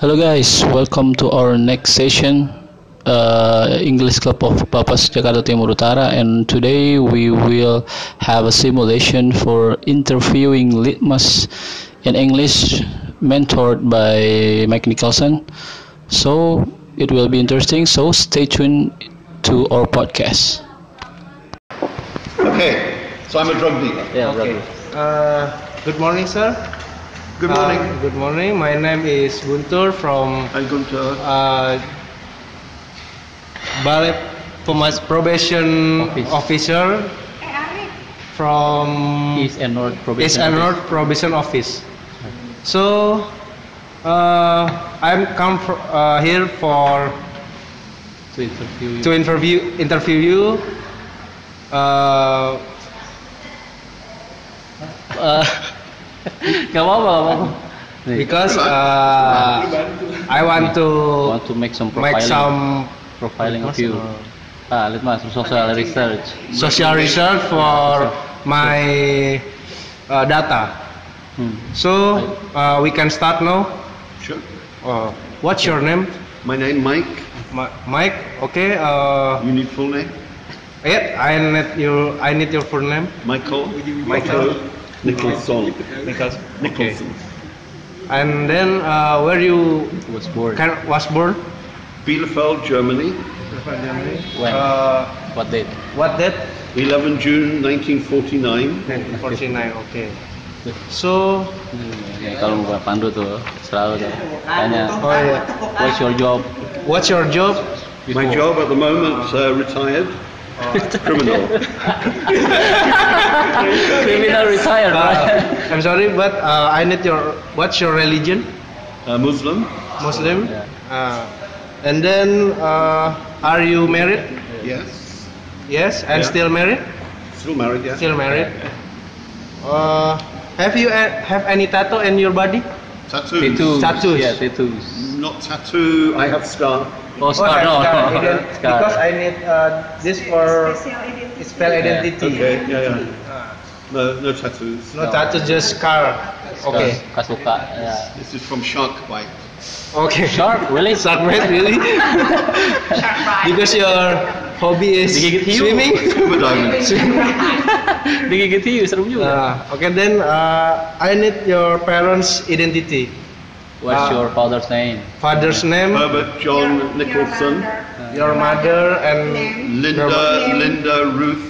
Hello guys, welcome to our next session, uh, English Club of Papas Jakarta Timur Utara, and today we will have a simulation for interviewing litmus in English, mentored by Mike Nicholson. So it will be interesting. So stay tuned to our podcast. Okay, so I'm a drug dealer. Yeah, okay. Uh, good morning, sir. Good Uh, morning. good morning. My name is Guntur from I'm going to. uh, Balai Pemas Probation Office. Officer from East and North East and North Probation Office. So, uh, I'm come fr- uh, here for to interview to interview interview you uh, uh, Gak apa-apa, gak apa-apa. because uh, I want to to make some make some profiling of you. Ah, litmus social research. social research for my uh, data. Hmm. So uh, we can start now. Sure. Uh, what's your name? My name Mike. Ma- Mike. Okay. Uh, You need full name? yeah, I need your I need your full name. Michael. Michael. Nicholson. Nicholson. Nicholson. And then uh, where you Was born. can, was born? Bielefeld, Germany. When? Uh, What date? what date? 11 June 1949. 1949. Okay. So Ya, kalau Mbak Pandu tuh selalu tuh tanya, oh, yeah. what's your job? what's your job? My job at the moment, uh, retired. Criminal. Criminal retired, Uh, I'm sorry, but uh, I need your what's your religion? Uh, Muslim. Muslim. Yeah. Uh, and then, uh, are you married? Yes. Yes, and Yeah. still married. Still married, yeah. Still married. Uh, have you a- have any tattoo in your body? Tattoo. Titus. Status. Ya, titus. Not tattoo. I have scar. Oh, scar, no, no. Scar. I need uh, this for spell Okay, yeah, yeah. No, no tattoos. No tattoo, just scar. Okay. Suka- suka, ya. This is from shark bite. Okay. Shark, really? Shark bite, really? because your hobby is Digigit hiu. swimming. Scuba diving. Digigit hiu, serem juga. Uh, okay, then uh, I need your parents' identity. What's Ah. your father's name? Father's name, Herbert John Nicholson. your mother, and Linda, Linda, Ruth,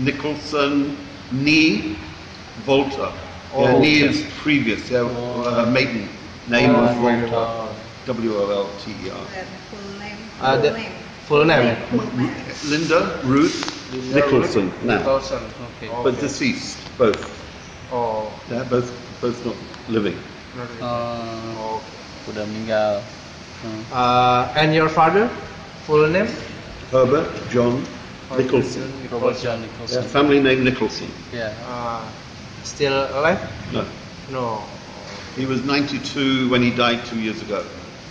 Nicholson, Nee, Volta. Oh, yeah, Nee okay. is previous. Yeah, uh, maiden name Oh, was Volta. Volta. W O L T E R. uh, the full name. Linda, Ruth, Nicholson now, Nicholson. Oh, Okay. but deceased both. Oh. Yeah, both, both not living. Oh, Okay. udah meninggal. Hmm. Uh, and your father, full name? Herbert John Nicholson. Robert John Yeah, Nicholson. family name Nicholson. Ya. Uh, still alive? No, No. he was 92 when he died two years ago.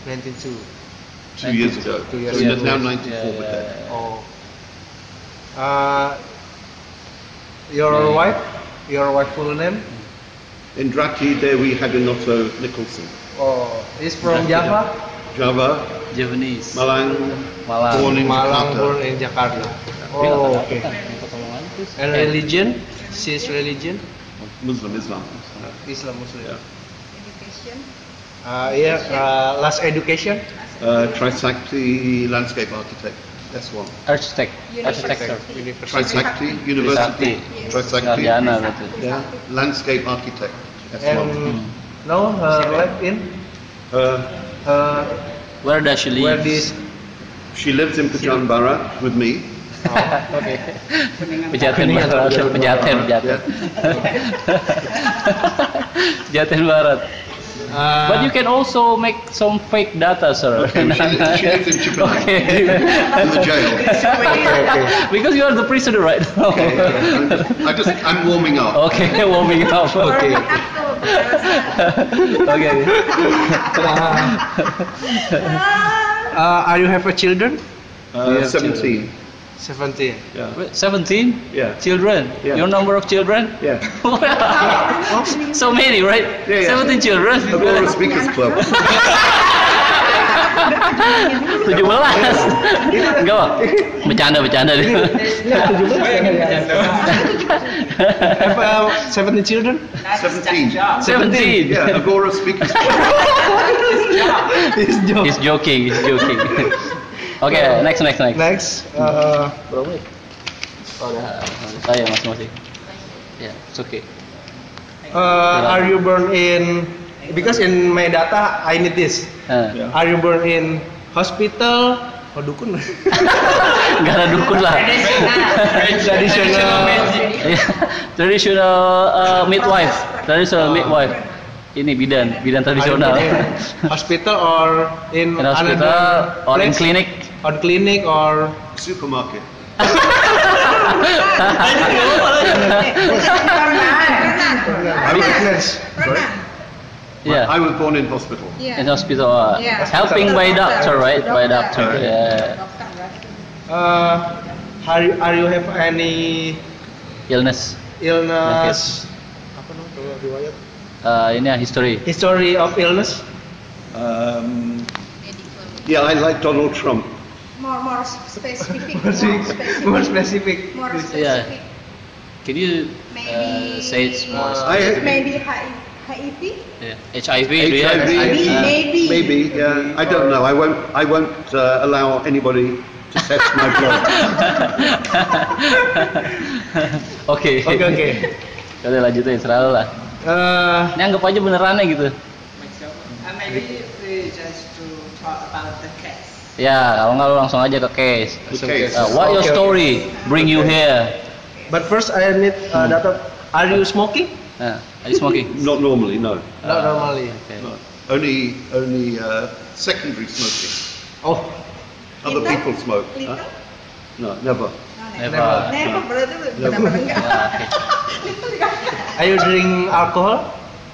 92. Two years ago. Two years so he's ago. now Yeah, 94. yeah, but then- yeah. Oh. Uh, your wife, your wife full name? Indraki Dewi Haginoto Nicholson. Oh, is from Java? Java, Javanese. Malang, Malang. born in Malang, born Jakarta. in Jakarta. Oh, okay. kan? Pertolongan terus. And religion? She's religion? Muslim, Islam. Islam Muslim. Yeah. Uh, yeah, uh, last education. Uh, Trisakti landscape architect. That's one. Architect. Architecture. Trisakti University. Trisakti. Sarjana berarti. Yeah. Landscape architect. That's one. And now her life in Uh, uh, Where does she live? where this she lives in Pajanbara with me. Oke. Pejaten Kuningan Barat, atau pejaten, pejaten. Pejaten Barat. uh, But you can also make some fake data, sir. Okay, she, she lives in Chippenham Okay. in the jail. Because you are the prisoner right now. I'm just, I just, I'm warming up. Okay, warming up. okay. Okay. Uh, are you have a children? Uh, 17. Seventeen. Yeah. 17 Yeah. children. Yeah. Your number of children? Yeah. so many, right? Yeah, 17 yeah. children. Aurora Speakers Club. 17 enggak pak bercanda bercanda dia Uh, Have, uh, 17 children? 17. Yeah, 17 Agora speakers. His job. he's joking he's joking oke next next next Next, uh, Uh, saya mas Mosi ya it's okay uh, are you born in? Because in my data I need this. Ah. Are you born in hospital? Oh dukun. nggak ada dukun lah Traditional. Iya, traditional uh, midwife traditional midwife ini bidan bidan tradisional Are you born in Hospital or in, in hospital another or in place? clinic Or clinic or Supermarket. I was- fitness. yeah I was born in hospital. in hospital uh, Yeah. helping by doctor right by Doctor. doctor Right. yeah Uh, are you, are you have any illness illness? Uh, ini ya history History of illness? Um, yeah, I like Donald Trump. More, more specific. More More specific. specific. More specific. More Yeah. specific. can you uh, Maybe. say it's more I- Maybe Hai- Haiti. yeah. HIV, do you have HIV? HIV? Maybe. Maybe. uh, Maybe. Yeah, I don't know. I won't. I won't uh, allow anybody to test my blood. oke Oke oke. udah lanjutin serah lu lah Uh, ini anggap aja benerannya gitu And maybe if we just to talk about the case. ya kalau nggak lu langsung aja ke case Okay. Uh, what your Okay, okay. story bring you here but first I need uh, data. Are you smoking? uh, Uh, are you smoking Not normally. No. Not normally. okay. No. Only. Only uh, secondary smoking. Oh, Other Little? people smoke. Little? Huh? No, never. No, never Never, berarti benar-benar enggak. Ah, okay. Little enggak. are you drink alcohol?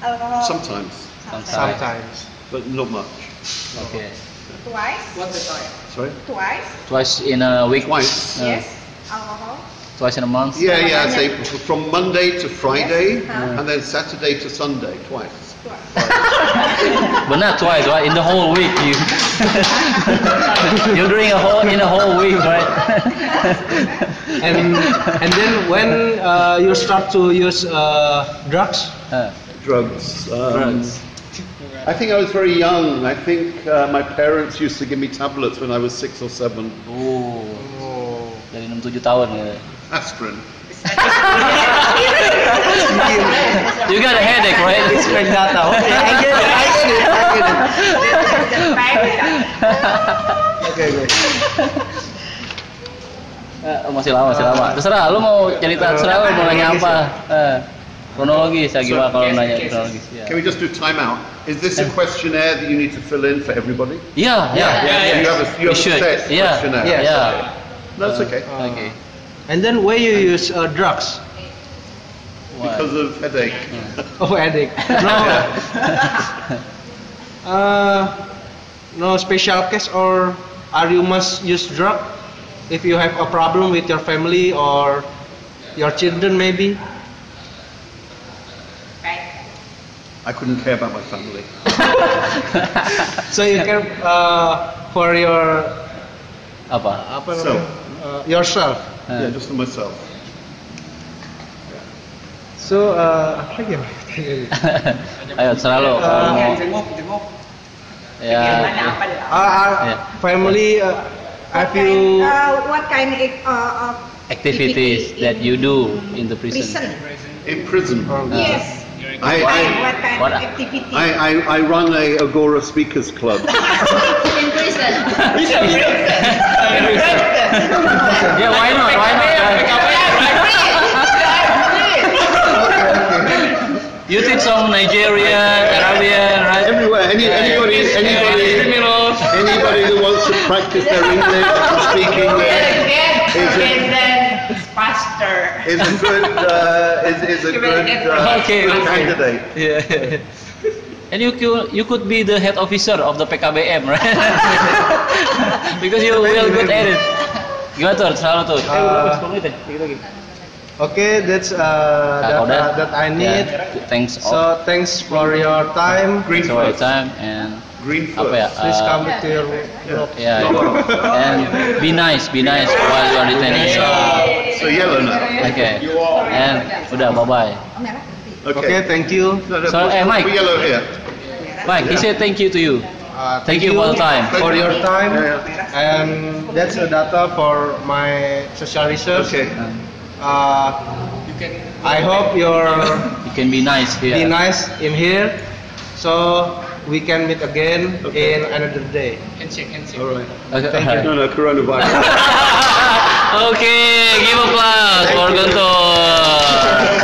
Alkohol. Sometimes, Sometimes. Sometimes. but not much. okay. Twice. What's the time? Sorry. Twice. twice in a week Twice. Uh, Yes. Alkohol. twice in a month Yeah, yeah. I say from Monday to Friday, Yes. Uh-huh. and then Saturday to Sunday, twice. Twice. But not twice, right? In the whole week, you you're doing a whole in a whole week, right? And and then when uh, you start to use uh, drugs? Uh, Drugs. Um, Drugs. I think I was very young. I think uh, my parents used to give me tablets when I was six or seven. oh, dari 67 tahun ya. Aspirin. You got a headache, right? Expect data. uh, Okay, I get it. I get it. I get it. Okay, okay. Eh, masih lama, masih lama. Terserah, lu mau cerita terserah, lu mau nanya apa? Eh, kronologis, ya gimana kalau nanya kronologis? Ya, Can we just do timeout? Is this a questionnaire that you need to fill in for everybody? ya, ya. You have a, you We have a should. set Yeah, questionnaire. yeah. No, it's okay. Oke. And then when you use uh, drugs? Because of headache. Oh, addict. No. uh, no special case or are you must use drug if you have a problem with your family or your children maybe? I couldn't care about my family. So you can uh, for your Apa? apa So. namanya? Uh, yourself. Uh. Yeah, just for myself. So uh, apa lagi? ya? Ayo, terserah lu. Kalau Uh, Eh, mau, Jenguk, jenguk. ya. Gimana apa ya? Uh, are Yeah. family uh, have What kind, you uh, what kind of, uh, of Activities activity that in you do in the prison? prison. Uh. In prison, Oh, Yes. I, Why, I, what kind What- of activity I, I, I run a Agora Speakers Club. in prison? Ya, why not? Why not? You teach some Nigerian, Arabian, right? Everywhere, any, anybody, anybody, anybody who wants to practice their English and speak English is a, faster. is a good, uh, is, is a good, uh, Okay, good okay. candidate. Yeah. And you could you could be the head officer of the PKBM, right? Ah, Because you will good at it. Gimana tuh? Selalu tuh. Eh, udah, habis, belum menit ya? Dikit lagi. Okay, that's uh, that, uh, that I need. Yeah, Ya, thanks all So thanks for your time. Green for your first. time and Green apa ya? first. Please uh, come to your group. Yeah. And be nice, be nice while you are di tenis. Uh, So yellow now. Okay. You are. And udah bye bye. Oh, merah berhenti. Okay, thank you. No, no, So, put- eh, Mike. put yellow here. Mike, he said thank you to you. Uh, Thank you for the time. for your time. Yeah, And that's the data for my social research. Okay. Uh, I hope you're You can be nice here. be nice in here, so we can meet again Okay. in another day. All right. Okay. No, no, coronavirus. okay, give applause for Guntur.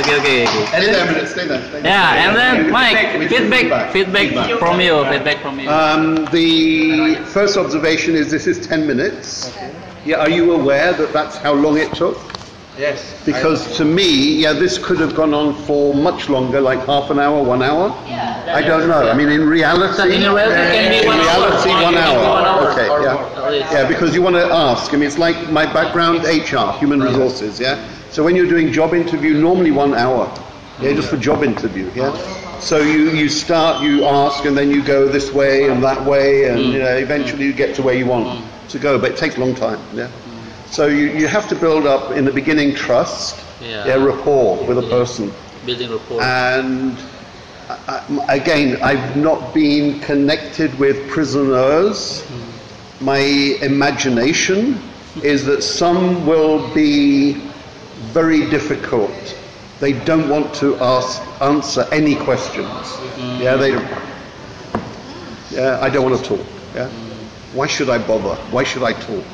Okay, okay. Stay there a minute, stay there. stay there. Yeah, and then Mike, feedback, Feedback, feedback from you, feedback from you. Um, the first observation is this is 10 minutes. Yeah, are you aware that that's how long it took? Yes. Because to me, yeah, this could have gone on for much longer, like half an hour, one hour. I don't know. I mean, in reality, In reality, it can be in one hour. reality, Or one it can be one hour hour. Okay, or more, at least. yeah, yeah, because you want to ask. I mean, it's like my background, HR, human resources. Yeah. So when you're doing job interview, normally one hour. Yeah, just for job interview. Yeah. So you, you start, you ask, and then you go this way and that way, and Mm. you know, eventually you get to where you want to go. But it takes a long time. Yeah. So you, you have to build up in the beginning trust, Yeah. yeah rapport with a person. Building rapport. And I, I, again, I've not been connected with prisoners. Mm. My imagination is that some will be very difficult. They don't want to ask, answer any questions. Yeah, they don't. Yeah, I don't want to talk. Yeah, why should I bother? Why should I talk?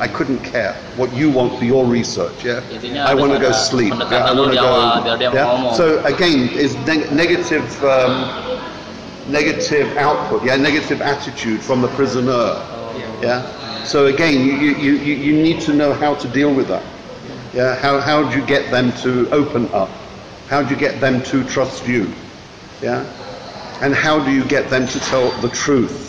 I couldn't care what you want for your research. Yeah, Intinya I want to ada go sleep. pendekatan Yeah, I want to dari awal, biar go. dia Yeah. ngomong. So again, is neg- negative, um, negative output. Yeah, negative attitude from the prisoner. Yeah. So again, you, you, you, you need to know how to deal with that. Yeah. How how do you get them to open up? How do you get them to trust you? Yeah. And how do you get them to tell the truth?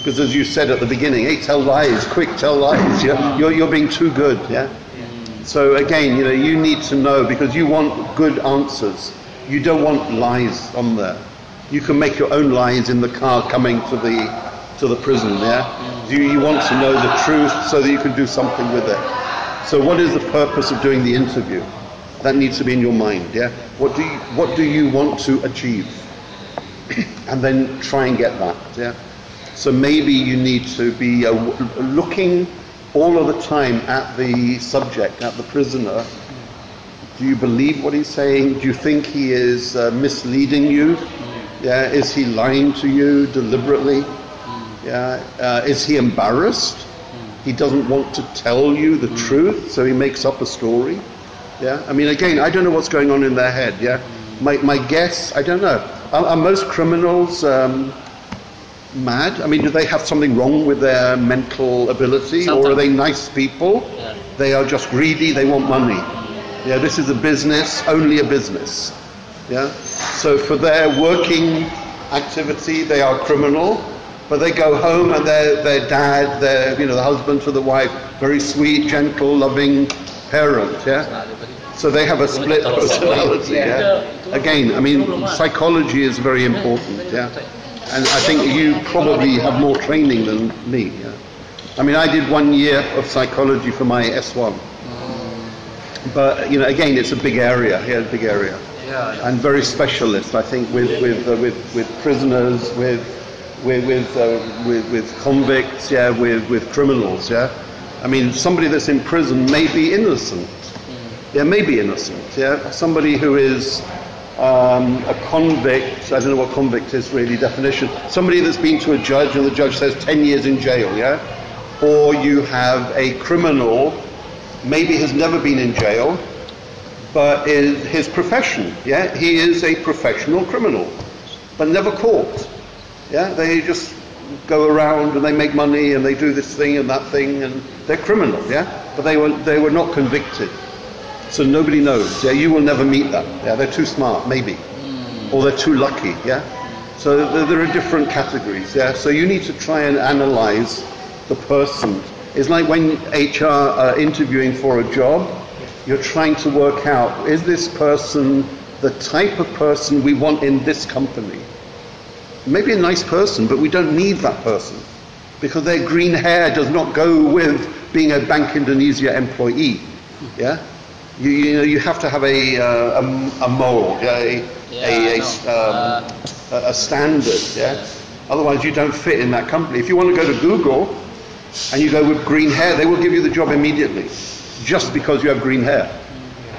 Because as you said at the beginning, hey, tell lies, quick, tell lies. Yeah? You're, you're being too good. Yeah. So again, you know, you need to know because you want good answers. You don't want lies on there. You can make your own lies in the car coming to the to the prison. Yeah. You, you want to know the truth so that you can do something with it. So what is the purpose of doing the interview? That needs to be in your mind. Yeah. What do you, what do you want to achieve? and then try and get that. Yeah. So maybe you need to be uh, w- looking all of the time at the subject, at the prisoner. Do you believe what he's saying? Do you think he is uh, misleading you? Yeah. Is he lying to you deliberately? Yeah. Uh, is he embarrassed? He doesn't want to tell you the truth, so he makes up a story. Yeah, I mean, again, I don't know what's going on in their head. Yeah, my, my guess, I don't know. Are, are most criminals um, mad? I mean, do they have something wrong with their mental ability, or are Sometimes. they nice people? Yeah. They are just greedy. They want money. Yeah, this is a business, only a business. Yeah, so for their working activity, they are criminal. But they go home and their, their dad, their you know the husband to the wife, very sweet, gentle, loving parent. Yeah, so they have a split personality. Yeah. Again, I mean, psychology is very important. Yeah, and I think you probably have more training than me. Yeah. I mean, I did one year of psychology for my S1, but you know, again, it's a big area. Yeah, a big area, and very specialist. I think with with uh, with with prisoners, with with with, uh, with with convicts, yeah, with with criminals. Yeah, I mean, somebody that's in prison may be innocent yeah, may be innocent. Yeah, somebody who is um, a convict. I don't know what convict is really definition. Somebody that's been to a judge and the judge says ten years in jail. Yeah, or you have a criminal, maybe has never been in jail, but is his profession. Yeah, he is a professional criminal, but never caught. Yeah, they just go around and they make money and they do this thing and that thing and they're criminal. Yeah, but they were they were not convicted. So nobody knows. Yeah, you will never meet them. Yeah, they're too smart, maybe, or they're too lucky. Yeah. So th- there are different categories. Yeah. So you need to try and analyze the person. It's like when HR are interviewing for a job, you're trying to work out is this person the type of person we want in this company? Maybe a nice person, but we don't need that person because their green hair does not go with being a Bank Indonesia employee. Yeah? You, you know, you have to have a, uh, a, a mold, yeah, a, a, a, Yeah, I know. um, a, a standard, yeah? Otherwise, you don't fit in that company. If you want to go to Google and you go with green hair, they will give you the job immediately just because you have green hair.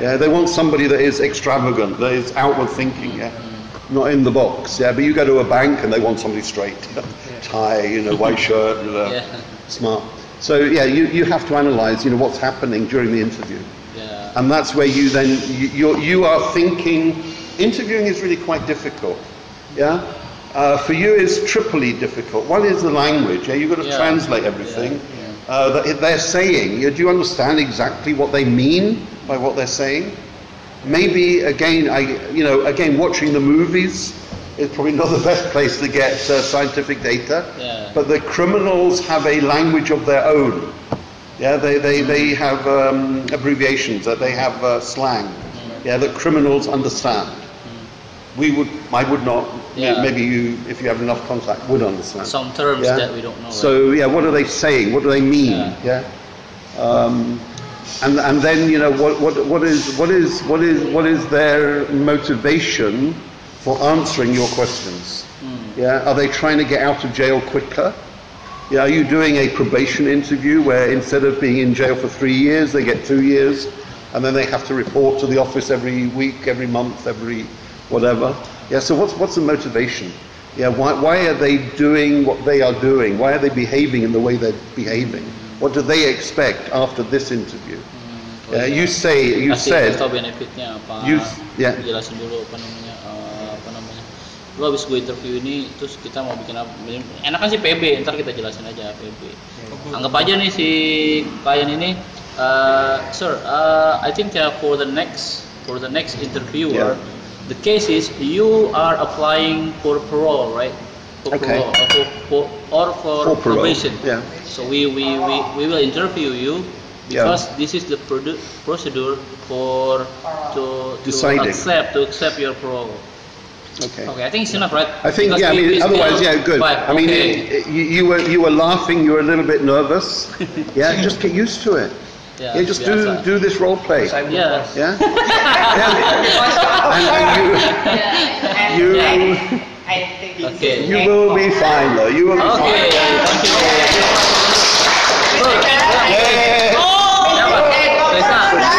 Yeah, they want somebody that is extravagant, that is outward thinking, yeah? Not in the box, yeah? But you go to a bank and they want somebody straight, tie, you know, white shirt, and, uh, Yeah. smart. So, yeah, you, you have to analyze, you know, what's happening during the interview. Yeah. And that's where you then, you, you're, you are thinking, interviewing is really quite difficult. Yeah? Uh, for you is triply difficult. One is the language. Yeah? You've got to Yeah. translate everything Uh, that it- they're saying. You- Do you understand exactly what they mean by what they're saying? Maybe again, I, you know, again, watching the movies is probably not the best place to get uh, scientific data. Yeah. But the criminals have a language of their own. Yeah, they, they, they have um, abbreviations, that they have uh, slang, Mm. yeah, that criminals understand. We would, I would not, Yeah. maybe you, if you have enough contact, would understand. Some terms that we don't know. So, yeah, what are they saying? What do they mean? Yeah. Yeah. Um, and, and then, you know, what, what, what, is, what, is, what, is, what is their motivation for answering your questions? Yeah, are they trying to get out of jail quicker? Yeah, are you doing a probation interview where instead of being in jail for three years, they get two years, and then they have to report to the office every week, every month, every whatever? Yeah, so what's, what's the motivation? Yeah, why, why are they doing what they are doing? Why are they behaving in the way they're behaving? What do they expect after this interview? oh, Yeah, yeah. you say, you Kasih said, contoh benefitnya apa? You- ya. yeah. Jelasin dulu apa namanya eh, apa namanya. Lu habis gue interview ini, terus kita mau bikin apa? Enak kan sih PB, ntar kita jelasin aja PB. Anggap aja nih si klien ini, eh, sir, eh, I think uh, for the next for the next interviewer, Yeah. the case is you are applying for parole, right? For Okay. parole, or for, for, or for, For parole, probation. yeah. So we, we, we, we will interview you Yeah. because this is the produ- procedure for to, to Deciding. accept to accept your parole. okay. Okay, I think it's enough, right? I think, Because yeah, I we- we mean, otherwise, still- yeah, good. Right, I mean, okay. it, you, you, were, you were laughing, you were a little bit nervous. yeah, just get used to it. Yeah, Yeah, just do, biasa. do this role play. Yeah? yeah, yeah. And You- I- I think it's Okay. And you, you will be fine, though. You will be okay, fine. thank you. Yeah. Reza, no, no, no.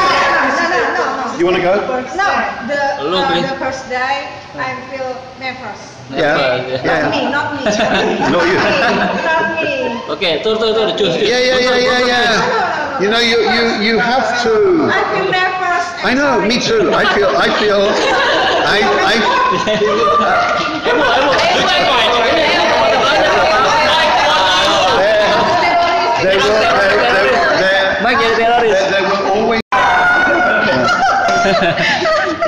You want to go? No, the, Hello, uh, please. the first day, I feel nervous. never, Yeah. Not Yeah. me, not me. Not you. me, Not me. Okay, tur tur tur, choose. choose. Yeah, yeah, yeah, yeah, yeah. You know, you, you, you have to. I feel nervous. and I know, me sorry. too. I feel, I feel, I, Ayo, ayo. I, there, there will, there, there, there, Mike jadi teroris. there, there will always.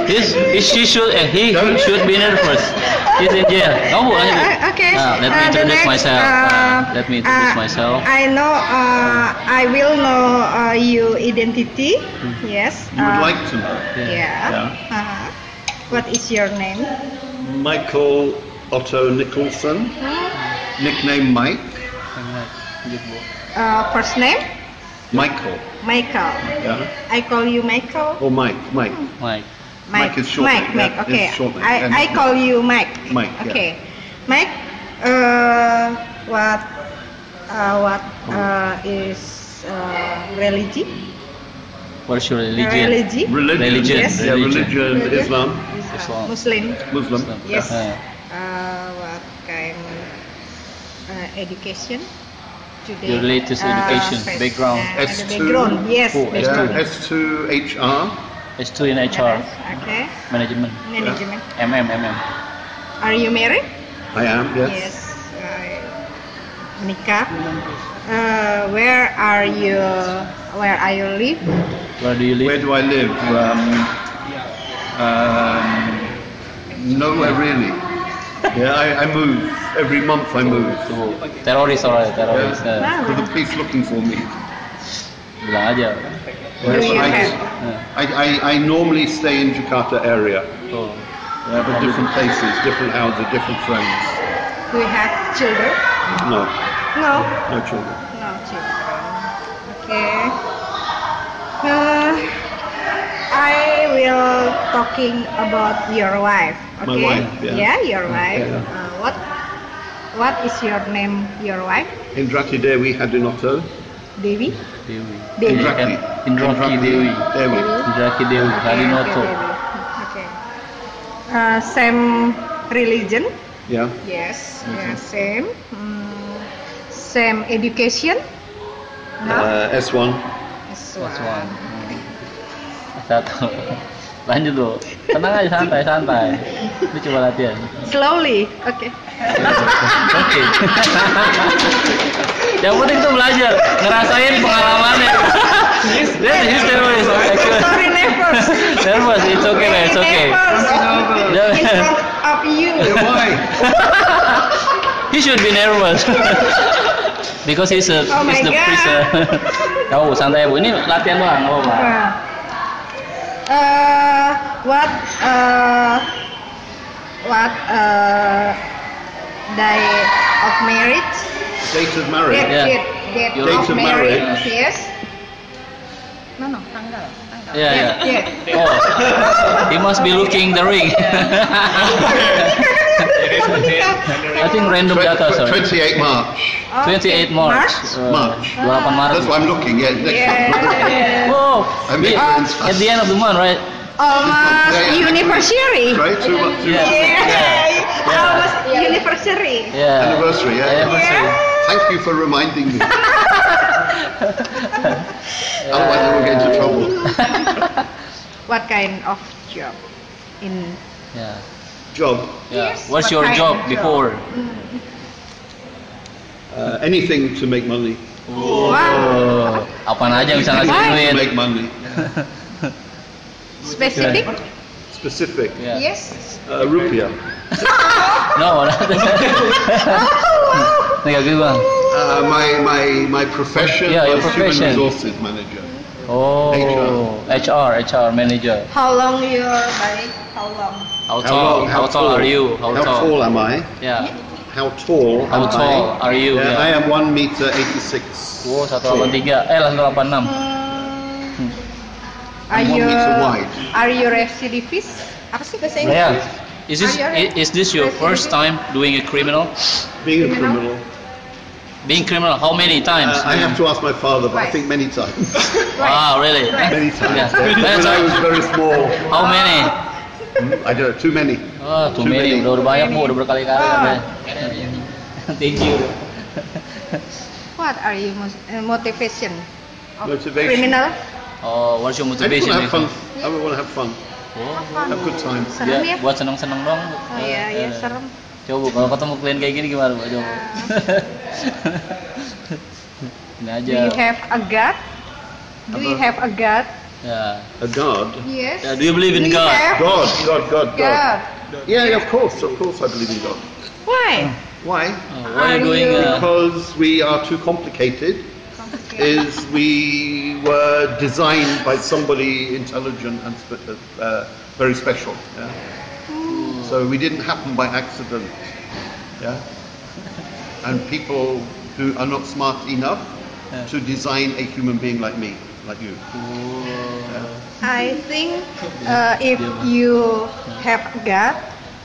He's, he, she should, uh, he, he should be nervous. He's in jail. Kamu bukan itu? Uh, okay. Ah, let me Uh, the introduce next, myself. Ah, let me introduce uh, myself. I know. Uh, I will know uh, your identity. Yes. You would uh, like to know. Yeah. Uh-huh. What is your name? Michael Otto Nicholson, nickname Mike. Uh, first name Michael, Michael. yeah, I call you Michael. or Mike, Mike. Mike. Mike is short Mike. name, Mike. yeah, it's Okay. short name, I, and- I call you Mike. Mike, yeah. Okay. Mike. Uh, what? Uh, what uh, is uh, religion? What's your religion? Religion. Religion, Yes. yeah, religion, Religion. Islam, Islam. Muslim. Muslim. Yes. Yeah. Uh, what kind uh, education today? uh, Your latest education, first, background. Uh, the S2. background, yes. Oh, background. Yeah, S2HR, It's two in HR. Okay. Management. Management. MM, MM. Are you married? Uh, I am, yes. I menikah. Uh, where are you? Where are you live? Where do you Where live? do I live? Um, um, nowhere really. Yeah, I, I move. Every month I move. Tuh, Teroris orang, teroris. eh. Yeah. So the police looking for me. Bilang aja. do you I, just- have? Yeah. I, I, I normally stay in Jakarta area, Oh. yeah, but different places, different houses, different friends. Do you have children? No, No. no children. No children. Okay. Uh, I will talking about your wife. Okay. My wife, yeah. your wife. yeah. Uh, what What is your name? Your wife, Indrati Dewi Hadinotto. Devi. Dewi. Devi. Indrati. Indrati Dewi. Dewi. Indraki Dewi Okay, Harinoto. okay, Devi. Okay. Uh, same religion. Yeah. Yes. Yeah. Same. Mm, same education. No. Uh, S1. That's That's one. Hmm. Satu. Lanjut lo. Tenang aja santai santai. Ini coba latihan. Slowly. Okay. Oke. Yang penting tuh belajar, ngerasain pengalamannya. That is nervous. Sorry, neighbors. Nervous, it's okay, man, it's okay. Neighbors. Don't- In front of you. Why? He should be nervous. Because he's a, Oh he's my the God. priest. uh. Ya, Bu, santai bu, ini latihan doang, nggak apa-apa. Wow. Uh, what uh, what uh, day of marriage? Date of marriage. Date, Yeah. date, date Date of of marriage. marriage. Yes. No, no, tanggal, tanggal. Iya, iya. Yeah. Oh, he must be looking the ring. Apa kita? I think random data, Twen- sorry. 28 March. Okay, 28 Maret. March. Uh, March. 8 Maret. That's why I'm looking. Yeah. Next month. Yeah. Wow. I make Oh, Yeah. friends At fast. the end of the month, right? Almost Yeah, yeah. anniversary. Right? Two months. Two Yeah. months. Yeah. Yeah. Almost anniversary. Yeah. Anniversary. Yeah. Anniversary. Thank you for reminding me. Otherwise, I will get into trouble. What kind of job? In Yeah. Job. Yeah. Yes, What's what your kind job of job? before? Uh, anything to make money. wow, Oh, apaan aja yang bisa ngasih Why? To duit? make money. specific? Specific. Yeah. Yes. Uh, rupiah. No, Oh, Nggak gitu bang. Uh, my, my, my profession Yeah, your was profession. human resources manager. Oh, HR, HR manager. How long your body? How long? How tall? How tall are you? How tall? am I? Yeah. How tall? How am tall I? are you? Yeah, I Yeah. am one meter eighty-six. Oh, 183. Eh, 186. Hmm. Are I'm one you meter wide. are you recidivist? Apa sih bahasa Inggris? Yeah. Is this Are you- i- is this your first time doing a criminal? Being a Criminal? criminal, Being criminal, how many times? uh, I have to ask my father, but I Right. think many times. Wow, Ah, really? many times. Yeah. When I was very small, How many? I don't know, too many. Oh, too Too many. many. Udah, udah banyak bu, udah berkali-kali. Ah. katanya. Thank you. What are you mos- uh, motivation? Of Motivation. Criminal? Oh, what's your I just motivation? want to have fun. Nathan? I want to have fun, Oh. have good time. Serem Ya, ya? buat seneng-seneng doang. Bu. Oh iya, iya Eh, serem. Coba Bu, kalau ketemu klien kayak gini gimana, Bu? Coba. Ini Do aja. you have a God? Do you have a God? Ya. A god, Yes. Yeah, do you believe in Do you God? have God, God, God, God. God. Yeah, yeah, of course, of course, I believe in God. Why? Why? Oh, why are you Are going? you- uh, Because we are too complicated. is we were designed by somebody intelligent and spe- uh, uh, very special. Yeah? Mm. So we didn't happen by accident. Yeah? And people who are not smart enough to design a human being like me, like you. I think uh, if you have God,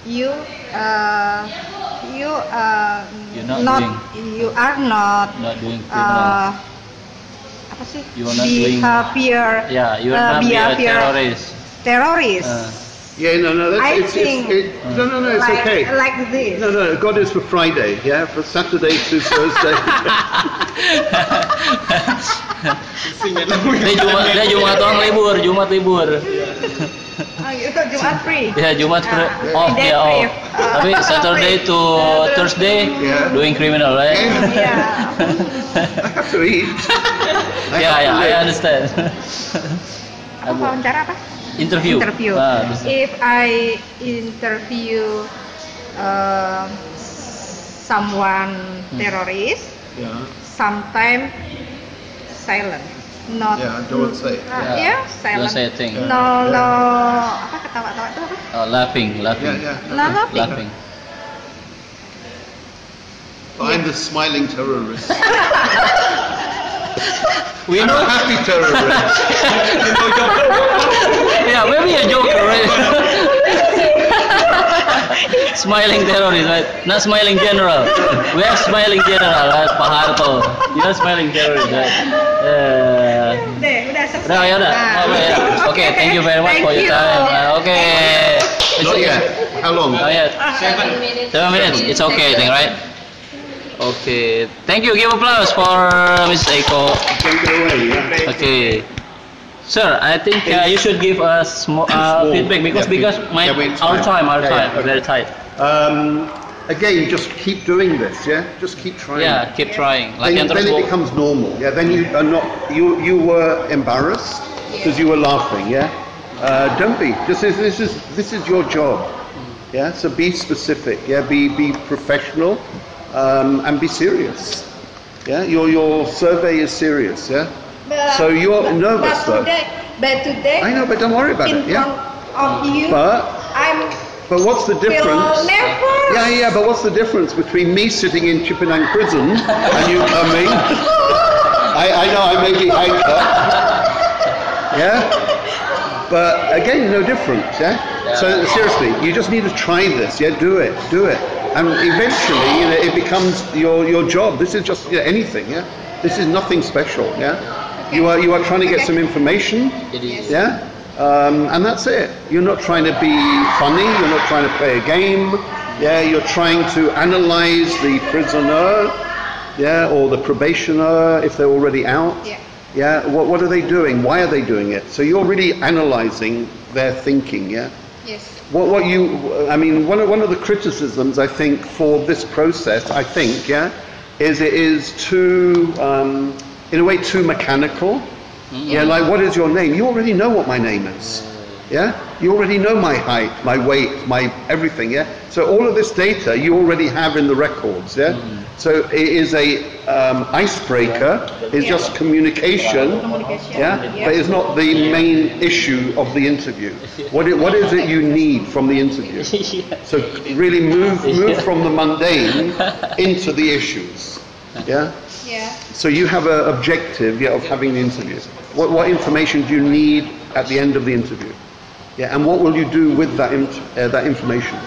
you uh, you uh, You're not you are not not doing criminal. uh, apa sih You are not doing- behavior Yeah, Ya, you uh, are not be a behavior terrorist. terrorist Uh, Yeah, no, no, that's, I it's, think- it's, it, no, no, no, it's like okay. like this. no, no, God is for Friday, yeah, for Saturday to Thursday. dia Jumat, dia Jumat doang libur, Jumat libur. Oh, you thought Jumat free. Ya Jumat pre- Ah, off day dia off. off. Ah. Tapi Saturday to Thursday Yeah. doing criminal, right? Yeah. I have to eat. I Yeah, have yeah, to I live. understand. Apa wawancara apa? interview. Interview. Ah, this- If I interview uh, Hmm. someone terrorist, Yeah. sometimes silent. not Yeah, don't say. Ah, Yeah. yeah, Don't silent say a thing. no no apa ketawa-tawa itu apa Oh, laughing, Yeah, laughing, yeah. no nothing laughing. I'm the smiling terrorist. We I'm know. a happy terrorist. yeah, maybe a joke, right? smiling terrorist, right? Not smiling general. We have smiling general, right? Pak Harto. You know smiling terrorist, right? Yeah. deh udah selesai Udah, ya udah. Nah. Oh, ya. Oke, thank you very Ah. much Thank for your you. time. Uh, Oke. Okay. Not yet. How long? Oh yeah. Seven minutes. Seven minutes. It's okay, I think, right? Okay. Thank you. Give applause for Miss Eko. Don't go away. Yeah? Okay. Sir, I think uh, you should give us mo- uh, Small. feedback because Yeah, because feedback. my Yeah, wait, it's our fine. time our Yeah, yeah, time okay. very tight. Um, again, just keep doing this. Yeah, just keep trying. Yeah, keep trying. Like Then, yang terus then it bu- becomes normal. Yeah. Then you are not. You you were embarrassed because you were laughing. Yeah. Uh, don't be. This is this is this is your job. Yeah. So be specific. Yeah. Be be professional, um, and be serious. Yeah. Your your survey is serious. Yeah. But- So you're but- nervous, but though. today, but today I know, but don't worry about in it. Yeah. front of Mm. you But I'm but what's the will difference? never Yeah, yeah, but what's the difference between me sitting in Chippenham prison and you coming? I, I know I may be high cut. Yeah? But again, no difference, yeah? So seriously, you just need to try this, yeah? Do it, do it. And eventually, you know, it becomes your, your job. This is just you know, anything, yeah? This is nothing special, yeah? You are, you are trying to get some information, It is. yeah? Um, and that's it. You're not trying to be funny, you're not trying to play a game, yeah? You're trying to analyze the prisoner, yeah? Or the probationer if they're already out. Yeah. Yeah, what, what are they doing? Why are they doing it? So you're really analyzing their thinking, yeah? yes What, what you, I mean, one of, one of the criticisms I think for this process, I think, yeah, is it is too, um, in a way, too mechanical. Yeah, like what is your name? You already know what my name is. Yeah, you already know my height, my weight, my everything. Yeah, so all of this data you already have in the records. Yeah, so it is a um, icebreaker. It's just communication. communication Yeah, yeah. but it's not the main issue of the interview. What i what is it you need from the interview? So really move move from the mundane into the issues. Yeah. yeah So you have an objective yeah, of having the interview. What what information do you need at the end of the interview? Yeah, and what will you do with that in, uh, that information?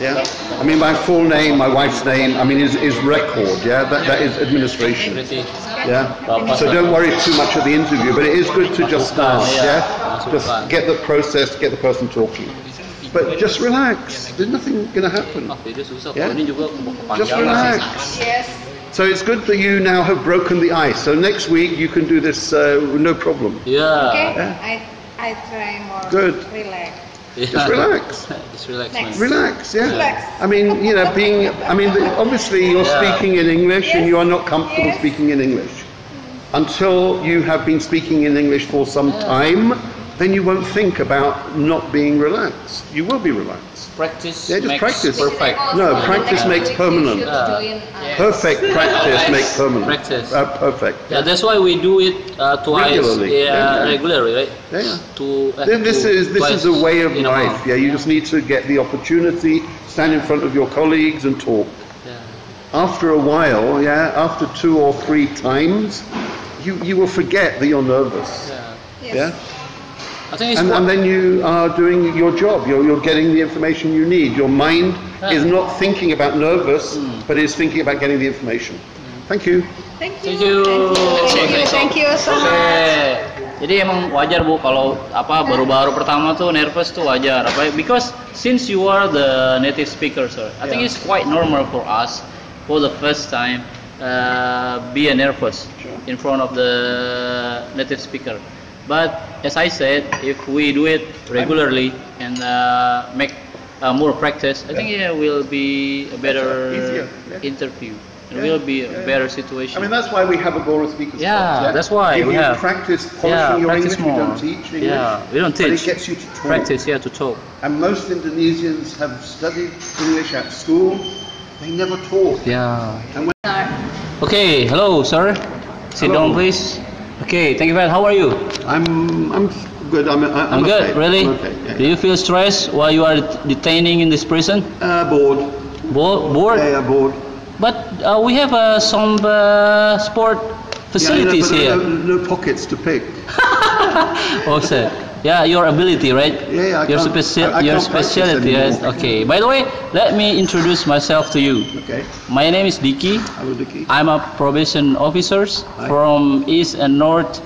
Yeah. I mean, my full name, my wife's name. I mean, is is record. Yeah, that that is administration. Pretty. Yeah. So don't worry too much at the interview, but it is good to just start. Yeah. Just get the process, get the person talking. But just relax. There's nothing going to happen. Jadi susah. Yeah. Ini juga Just kepanjangan sih. relax. yes So it's good that you now have broken the ice. So next week you can do this uh, no problem. okay Yeah. I I try more Good. relax Just relax. Just relax. Next. man. Relax. Yeah. Relax. I mean, you know, being. I mean, the, obviously you're Yeah. speaking in English and Yes. you are not comfortable Yes. speaking in English. Until you have been speaking in English for some time, then you won't think about not being relaxed. You will be relaxed. Practice Yeah, just makes practice. perfect. No, practice makes permanent. Perfect practice makes permanent. Practice. Uh, perfect. Yeah, that's why we do it uh, twice. Regularly. Yeah, Yeah. regularly, right? Yeah, yeah. To. uh, Then this to is this is twice a way of in a life. month. Yeah, you just need to get the opportunity, stand in front of your colleagues and talk. Yeah. After a while, yeah, after two or three times, you you will forget that you're nervous. Yeah. yes Yeah, I think it's and, and then you are doing your job. You're you're getting the information you need. Your mind is not thinking about nervous, Mm. but is thinking about getting the information. Thank you. thank you Thank you. thank you thank you so much Oke. Jadi emang wajar bu kalau apa baru-baru pertama tuh nervous tuh wajar apa because since you are the native speaker sir I think it's quite normal for us for the first time uh, be a nervous in front of the native speaker but as I said if we do it regularly and uh, make uh, more practice I think yeah will be a better Easier, yeah. interview it Yeah, will be a yeah, yeah. better situation I mean, that's why we have a Bora speakers. Yeah, club, that's why If you we have. practice polishing Yeah, your practice English, you more. don't teach English. Yeah, we don't but it teach. gets you to talk. practice yeah to talk And most Indonesians have studied English at school. They never talk. yeah And when okay hello sir sit Hello. down please Okay, thank you, Pat. How are you? I'm, I'm good. I'm, I'm I'm, okay. good. Really? I'm okay. yeah, Do you feel stressed while you are detaining in this prison? yeah. Uh, bored. Bo- bored? Yeah, yeah, bored. But uh, we have uh, some uh, sport facilities yeah, yeah, but here. No, no pockets to pick. Also, yeah, your ability, right? Yeah, yeah, I your can't- speci- I- I your can't practice specialty. Yes. anymore. Okay. By the way, let me introduce myself to you. Okay. My name is Diki. I will Dicky. I'm a probation officer Hi. from East and North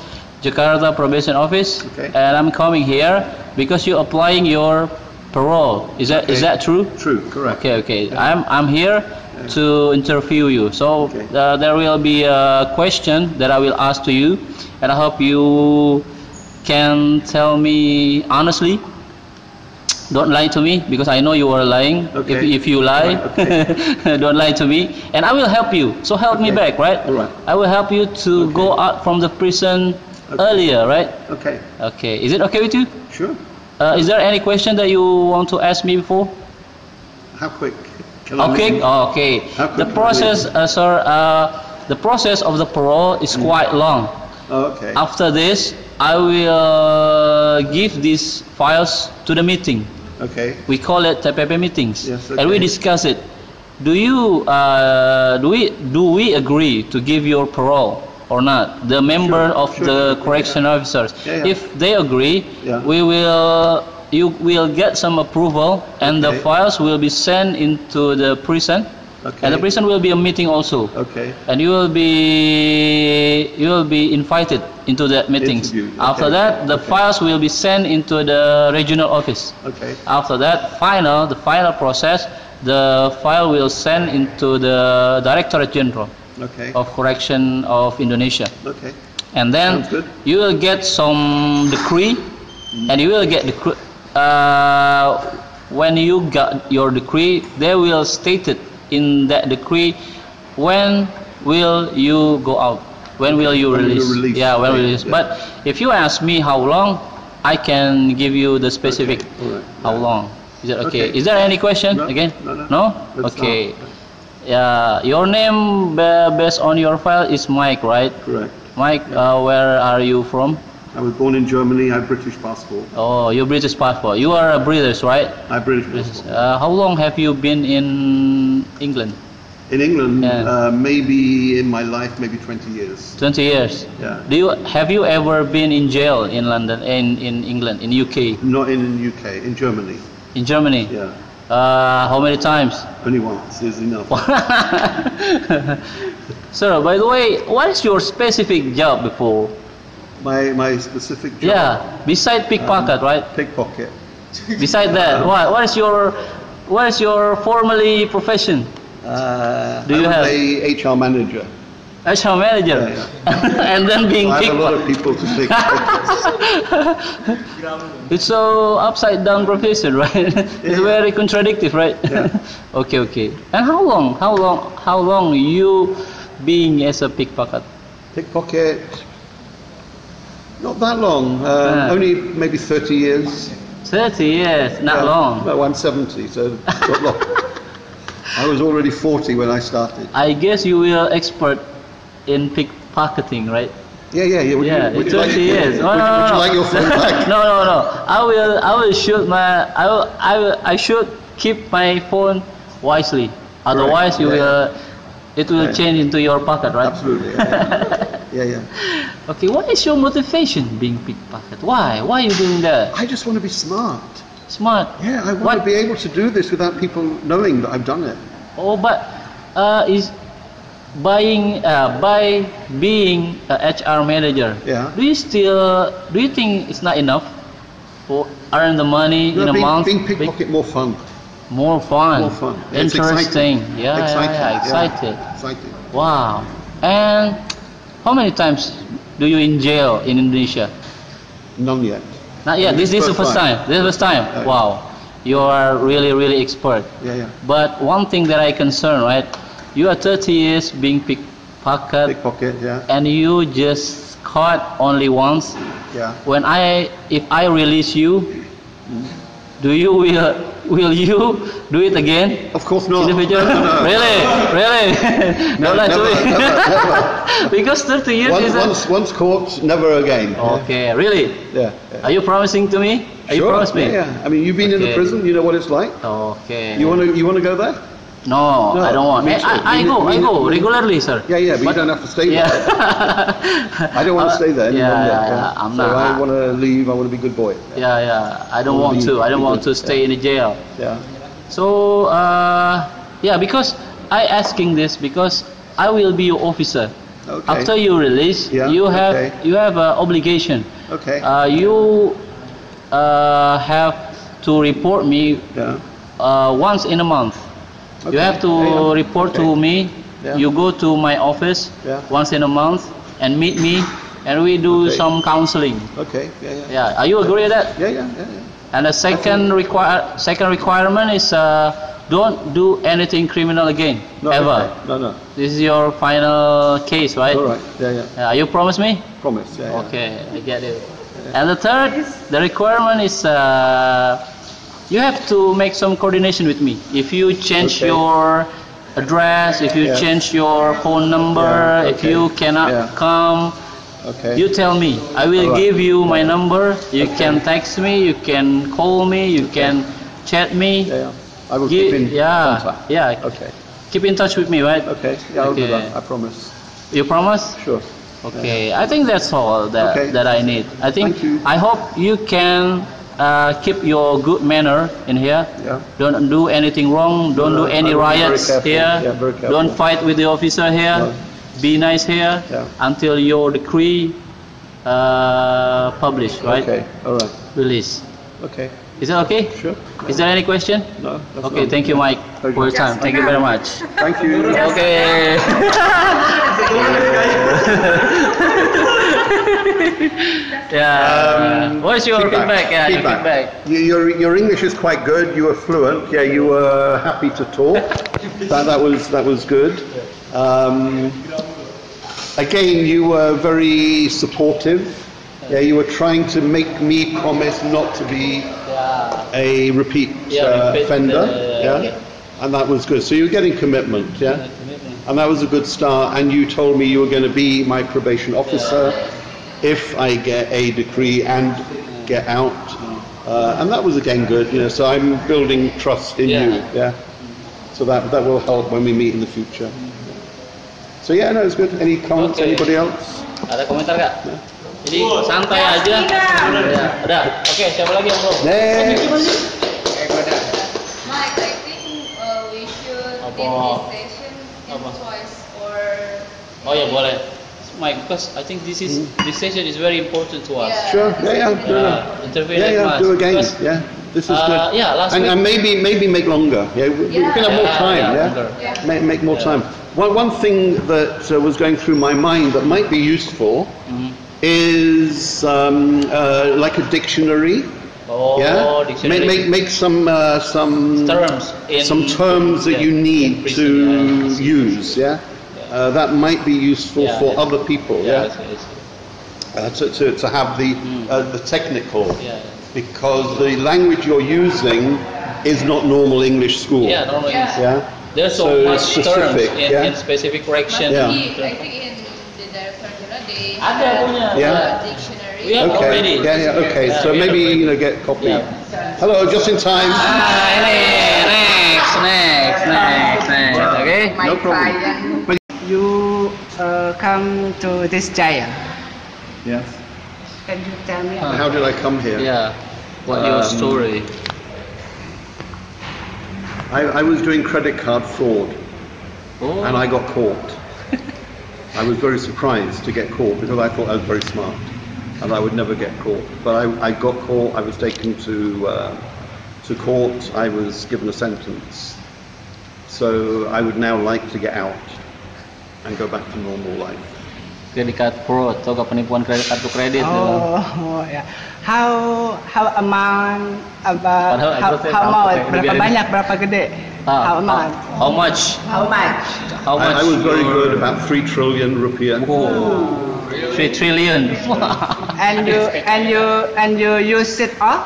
Jakarta Probation Office, Okay. and I'm coming here because you're applying your parole. Is that is Okay. that true? True. Correct. Okay, okay. I'm I'm here to interview you. So Okay. uh, there will be a question that I will ask to you, and I hope you can tell me honestly. Don't lie to me because I know you are lying. Okay. If, if you lie, Alright, okay. don't lie to me, and I will help you. So help me Okay. back, right? Alright. I will help you to go out from the prison earlier, right? Okay. Okay. Is it okay with you? Sure. Uh, is there any question that you want to ask me before? How quick? Can I Okay, Oh, leave? okay. How The could process, uh, sir, uh, the process of the parole is quite long. Oh, Mm. okay. After this, I will give these files to the meeting. Okay. We call it TPP meetings, Yes, and we okay. discuss it. Do you, uh, do we, do we agree to give your parole or not? The member Sure, of sure, the yeah. correction officers. Yeah, yeah. If they agree, Yeah. we will, you will get some approval, and the Okay. files will be sent into the prison. Okay. And the prison will be a meeting also. Okay. And you will be you will be invited into that meetings. Interview, okay. After that, the files will be sent into the regional office. Okay. After that, final the final process, the file will send into the Directorate General Okay. of Correction of Indonesia. Okay. And then Sounds good. you will get some decree, and you will get decree. Uh, when you got your decree, they will state it in that decree. When will you go out? When will you When will you release? release? Yeah, when will you release? Yeah, yeah. But if you ask me how long, I can give you the specific. Okay, all right, How yeah. long? Is that okay? Okay. Is there any question No, again? no, no. That's Okay. all. Yeah, your name ba- based on your file is Mike, right? Correct. Mike, uh, where are you from? I was born in Germany. I have British passport. Oh, your British passport. You are a British, right? I have British passport. Uh, how long have you been in England? In England, Yeah. uh, maybe in my life, maybe 20 years. 20 years. Yeah. Do you have you ever been in jail in London in in England in UK Not in the UK, in Germany. in Germany? Yeah. Uh, how many times? Only once is enough. Sir, by the way, what is your specific job before? My, my specific job. Yeah, beside pickpocket, right? Pickpocket. Beside that, what what is your what is your formally profession? Uh, Do you I'm have- a HR manager. HR manager, Yeah, and then being I have a lot kicked. of people to pick pockets. It's so upside down profession, right? it's yeah. very contradictory, right? Yeah. okay, okay. And how long? How long? How long you being as a pickpocket? pickpocket. Not that long. Uh, Yeah. Only maybe 30 years. Thirty years, not Yeah. long. No, I'm 70, so not long. I was already 40 when I started. I guess you will expert in pickpocketing, right? Yeah, yeah, yeah. Would yeah, you, would in you like, twenty years. Ah. Would, No, no, would no, you no. like your phone back? no, no, no. I will, I will shoot my, I will, I will, I should keep my phone wisely. Otherwise, you yeah, will, it will Yeah. change into your pocket, right? Absolutely. Yeah, yeah. yeah, yeah. Okay, what is your motivation being pickpocket? Why? Why you doing that? I just want to be smart. Smart. Yeah, I want What- to be able to do this without people knowing that I've done it. Oh, but uh, is buying uh, by being a HR manager. Yeah. Do you still do you think it's not enough for earn the money in a being, month? being Big- pickpocket more fun. More fun. More fun. It's Interesting. exciting. Yeah, exciting. yeah, yeah, excited. Exciting. Wow. And how many times do you in jail in Indonesia? None yet. Not yet. This, this This is is the first first time. time. This is the first time. Yeah, yeah. Wow. You are really, really expert. Yeah, yeah. But one thing that I concern, right? You are 30 years being pickpocket, Pickpocket. Yeah, and you just caught only once. yeah. When I, if I release you, do you will, will you do it again? Of course not. In the future? No, no, no. Really, really. time. No, Don't lah, never, cuy. never, never. because 30 years Once, is a- once, once caught, never again. Oh. Okay, really? Yeah. yeah. Are you promising to me? Are you Sure, promise me? Yeah, yeah. I mean, you've been in a Okay. prison. You know what it's like. Okay. You want to you want to go there? No, No, I don't want. me Eh, too. I, I Me- go, me- I go me- regularly, sir. Yeah, yeah. But, you don't have to stay Yeah. there. I don't want to stay there any yeah, longer. yeah, yeah, I'm so not. I want to leave. I want to be good boy. yeah, yeah. I don't Will want be- to. I don't be want good, to stay in the jail. Yeah. So, uh, yeah, because I asking this because I will be your officer. Okay. After you release, Yeah, you have okay. you have an obligation. Okay. Uh, you uh, have to report me yeah. uh, once in a month. You Okay. have to Yeah, yeah. report Okay. to me. Yeah. You go to my office Yeah. once in a month and meet me, and we do Okay. some counseling. Okay. Yeah. Yeah. Yeah, are you agree with that? Yeah. Yeah. Yeah. yeah. And the second require second requirement is uh, don't do anything criminal again No, ever. okay. No. No. This is your final case, right? All right. Yeah. Yeah. Yeah, you promise me? Promise. Yeah. yeah. Okay, I get it. And the third, the requirement is uh, you have to make some coordination with me. If you change Okay. your address, if you Yeah. change your phone number, Yeah, if okay. you cannot Yeah. come, Okay. you tell me. I will Alright. give you my number. You can text me, you can call me, you can chat me. yeah. Yeah. I will Gi- keep in yeah, contact. yeah. Okay. Keep in touch with me, right? Okay. Yeah. I'll do Okay. that. I promise. You promise? Sure. Okay, I think that's all that, Okay. that I need. I think Thank you. I hope you can uh, keep your good manner in here. Yeah. Don't do anything wrong. Don't No, do no, any I will be very riots careful. here. Yeah, very careful. Don't fight with the officer here. No. Be nice here Yeah. until your decree uh, published, right? Okay. All right. Release. Okay. Is that okay? Sure. Is there any question? No. that's Okay, not- thank you, Mike, Okay. for your time. Thank you very much. Thank you. Okay. yeah. Um, What's your feedback? Yeah, your feedback. You- Your, your, English is quite good. You were fluent. Yeah, you were happy to talk. that, that was that was good. Um, again, you were very supportive. Yeah, you were trying to make me promise not to be a repeat Yeah, uh, repeat, offender. uh, yeah, yeah. and that was good. So you were getting commitment. Yeah. commitment. And that was a good start. And you told me you were going to be my probation officer if I get a decree and get out. Uh, and that was again good, you know. So I'm building trust in you, Yeah. yeah. So that that will help when we meet in the future. So yeah, no, it's good. Any comments? Okay. Anybody else? Ada komentar nggak? Jadi santai aja. Ya, udah. Oke, siapa lagi yang belum? Next. Mike, I think uh, we should Apa? in this session give Apa? choice for Oh ya boleh. Mike, because I think this Hmm. is this session is very important to us. Yeah. Sure. Yeah, yeah. Do Uh, it. interview Yeah, that yeah. much. Do again. Because- Yeah. This is Uh, good. yeah, last and, week- uh, and maybe maybe make longer. Yeah, we, we can have more Yeah, time. yeah, Yeah, longer. Yeah. Make, make more time. One one thing that uh, was going through my mind that might be useful Mm-hmm. is um, uh, like a dictionary. Oh, yeah, dictionary. make make make some uh, some terms in some terms that yeah, you in need prison, to yeah. use. Yeah, Uh, that might be useful Yeah, for yeah. other people. Yeah, Yeah, that's good, that's good. Uh, to, to to have the uh, the technical Yeah. because the language you're using is not normal English school. Yeah, normally it's- Yeah. There's so, So much specific, terms in, yeah? in specific correction. Yeah. Ah, But he, I think in the director general they Ada have punya. a Yeah. dictionary. We have Okay. already. Yeah, Oh, yeah. Okay. Yeah, so we have maybe already. you know get copy. Yeah. Hello, just in time. Ah, ini next, next, next, next. Okay. no problem. You uh, come to this jail. Yes. Can you tell me? Ah. How did I come here? Yeah. What Um, your story? I, I was doing credit card fraud Oh. and I got caught. I was very surprised to get caught because I thought I was very smart and I would never get caught. But I, I got caught. I was taken to uh, to court. I was given a sentence. So I would now like to get out and go back to normal life. credit card fraud, atau penipuan kredit kartu kredit. gitu. Oh, yeah. How how amount about Padahal how, addressnya how sama, amount kayak berapa dibiarin. banyak berapa gede? Ah, how amount? How much? How much? How much? I, I was very your- good, about three trillion rupiah. Oh, three trillion. And you and you and you use it all?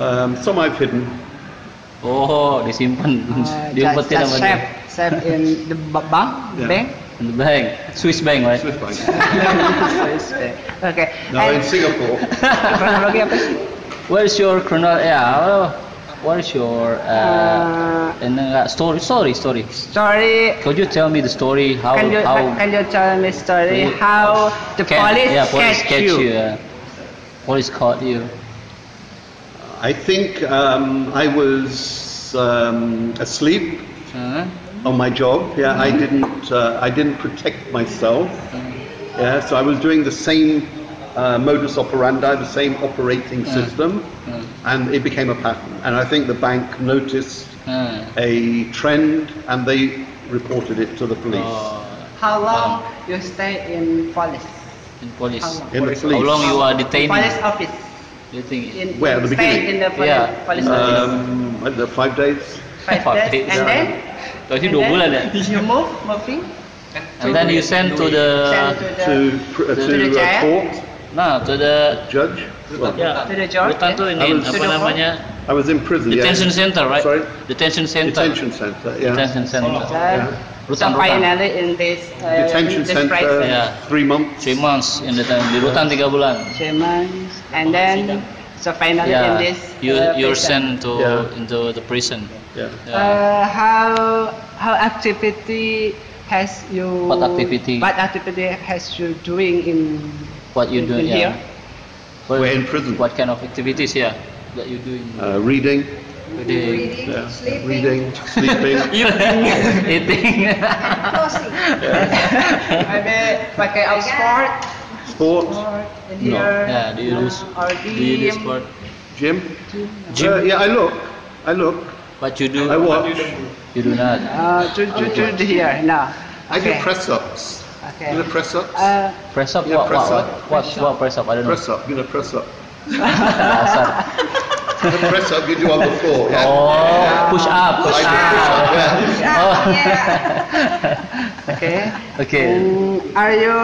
Um, some I've hidden. Oh, disimpan, Uh, diumpetin just, just sama dia. save, save in the ba- bank, Yeah. bank. In the bank, Swiss bank, right? Swiss bank. Oke. Okay. No, in Singapore. Kronologi apa sih? Where's your chrono? Yeah, where's your uh, Uh, and then, uh, story? Story, story. story. Could you tell me the story? How can you how can you tell me story Wait. how the can- police, yeah, police catch you? yeah. Police caught you. I think um, I was um, asleep Uh-huh. Mm-hmm. on my job. Yeah, I didn't. Uh, I didn't protect myself. Uh-huh. Yeah, so I was doing the same uh, modus operandi, the same operating Uh-huh. system, and it became a pattern. And I think the bank noticed Uh. a trend, and they reported it to the police. Oh. How long you stay in police? In police. How long? In the How police. long you are detained? Police office. You think? In, Well, the stay beginning. in the police, Yeah. police office. Um, I don't know, five days. Five Five days. days. And then, Berarti and dua then bulan ya. you move, moving, And then you send to the send to the, to pr- uh, to to, the uh, jail? court nah to the judge. Well, ya To the jail, rutan yeah. tuh ini Harus- apa namanya I was in prison. yeah. detention center right? Iya. Sorry? Detention center. Detention center. Yeah. Detention center. then so Rutan rutan. finally in this uh, Detention in this center. prison. Yeah. Three months. Three months in the di rutan tiga bulan. Three months, and then so finally in Yeah, this you uh, you're prison. sent to Yeah. into the prison. Yeah. Yeah. Uh, how how activity has you What activity? what activity has you doing in what you in, do? in here Yeah. What, We're in prison. What kind of activities? Yeah, that you do in Uh, reading. the Reading, Yeah. sleeping, Reading. Sleeping. eating. and closing. ada pakai out sport Sport. in No. here yeah, do you do s- or do you do gym sport? Gym. Uh, Gym. yeah. I look. I look. What you do? I watch. You do not uh, to to to to here no I do okay press ups. okay You know press ups. uh, press up. Yeah, what, press up. what, what what what press up? I don't know. press up. You know press up. Dasar. You know, press up. You do on the floor. Yeah. Oh, push I up, push do up. push up. Yeah. Oh, okay okay. Mm, are you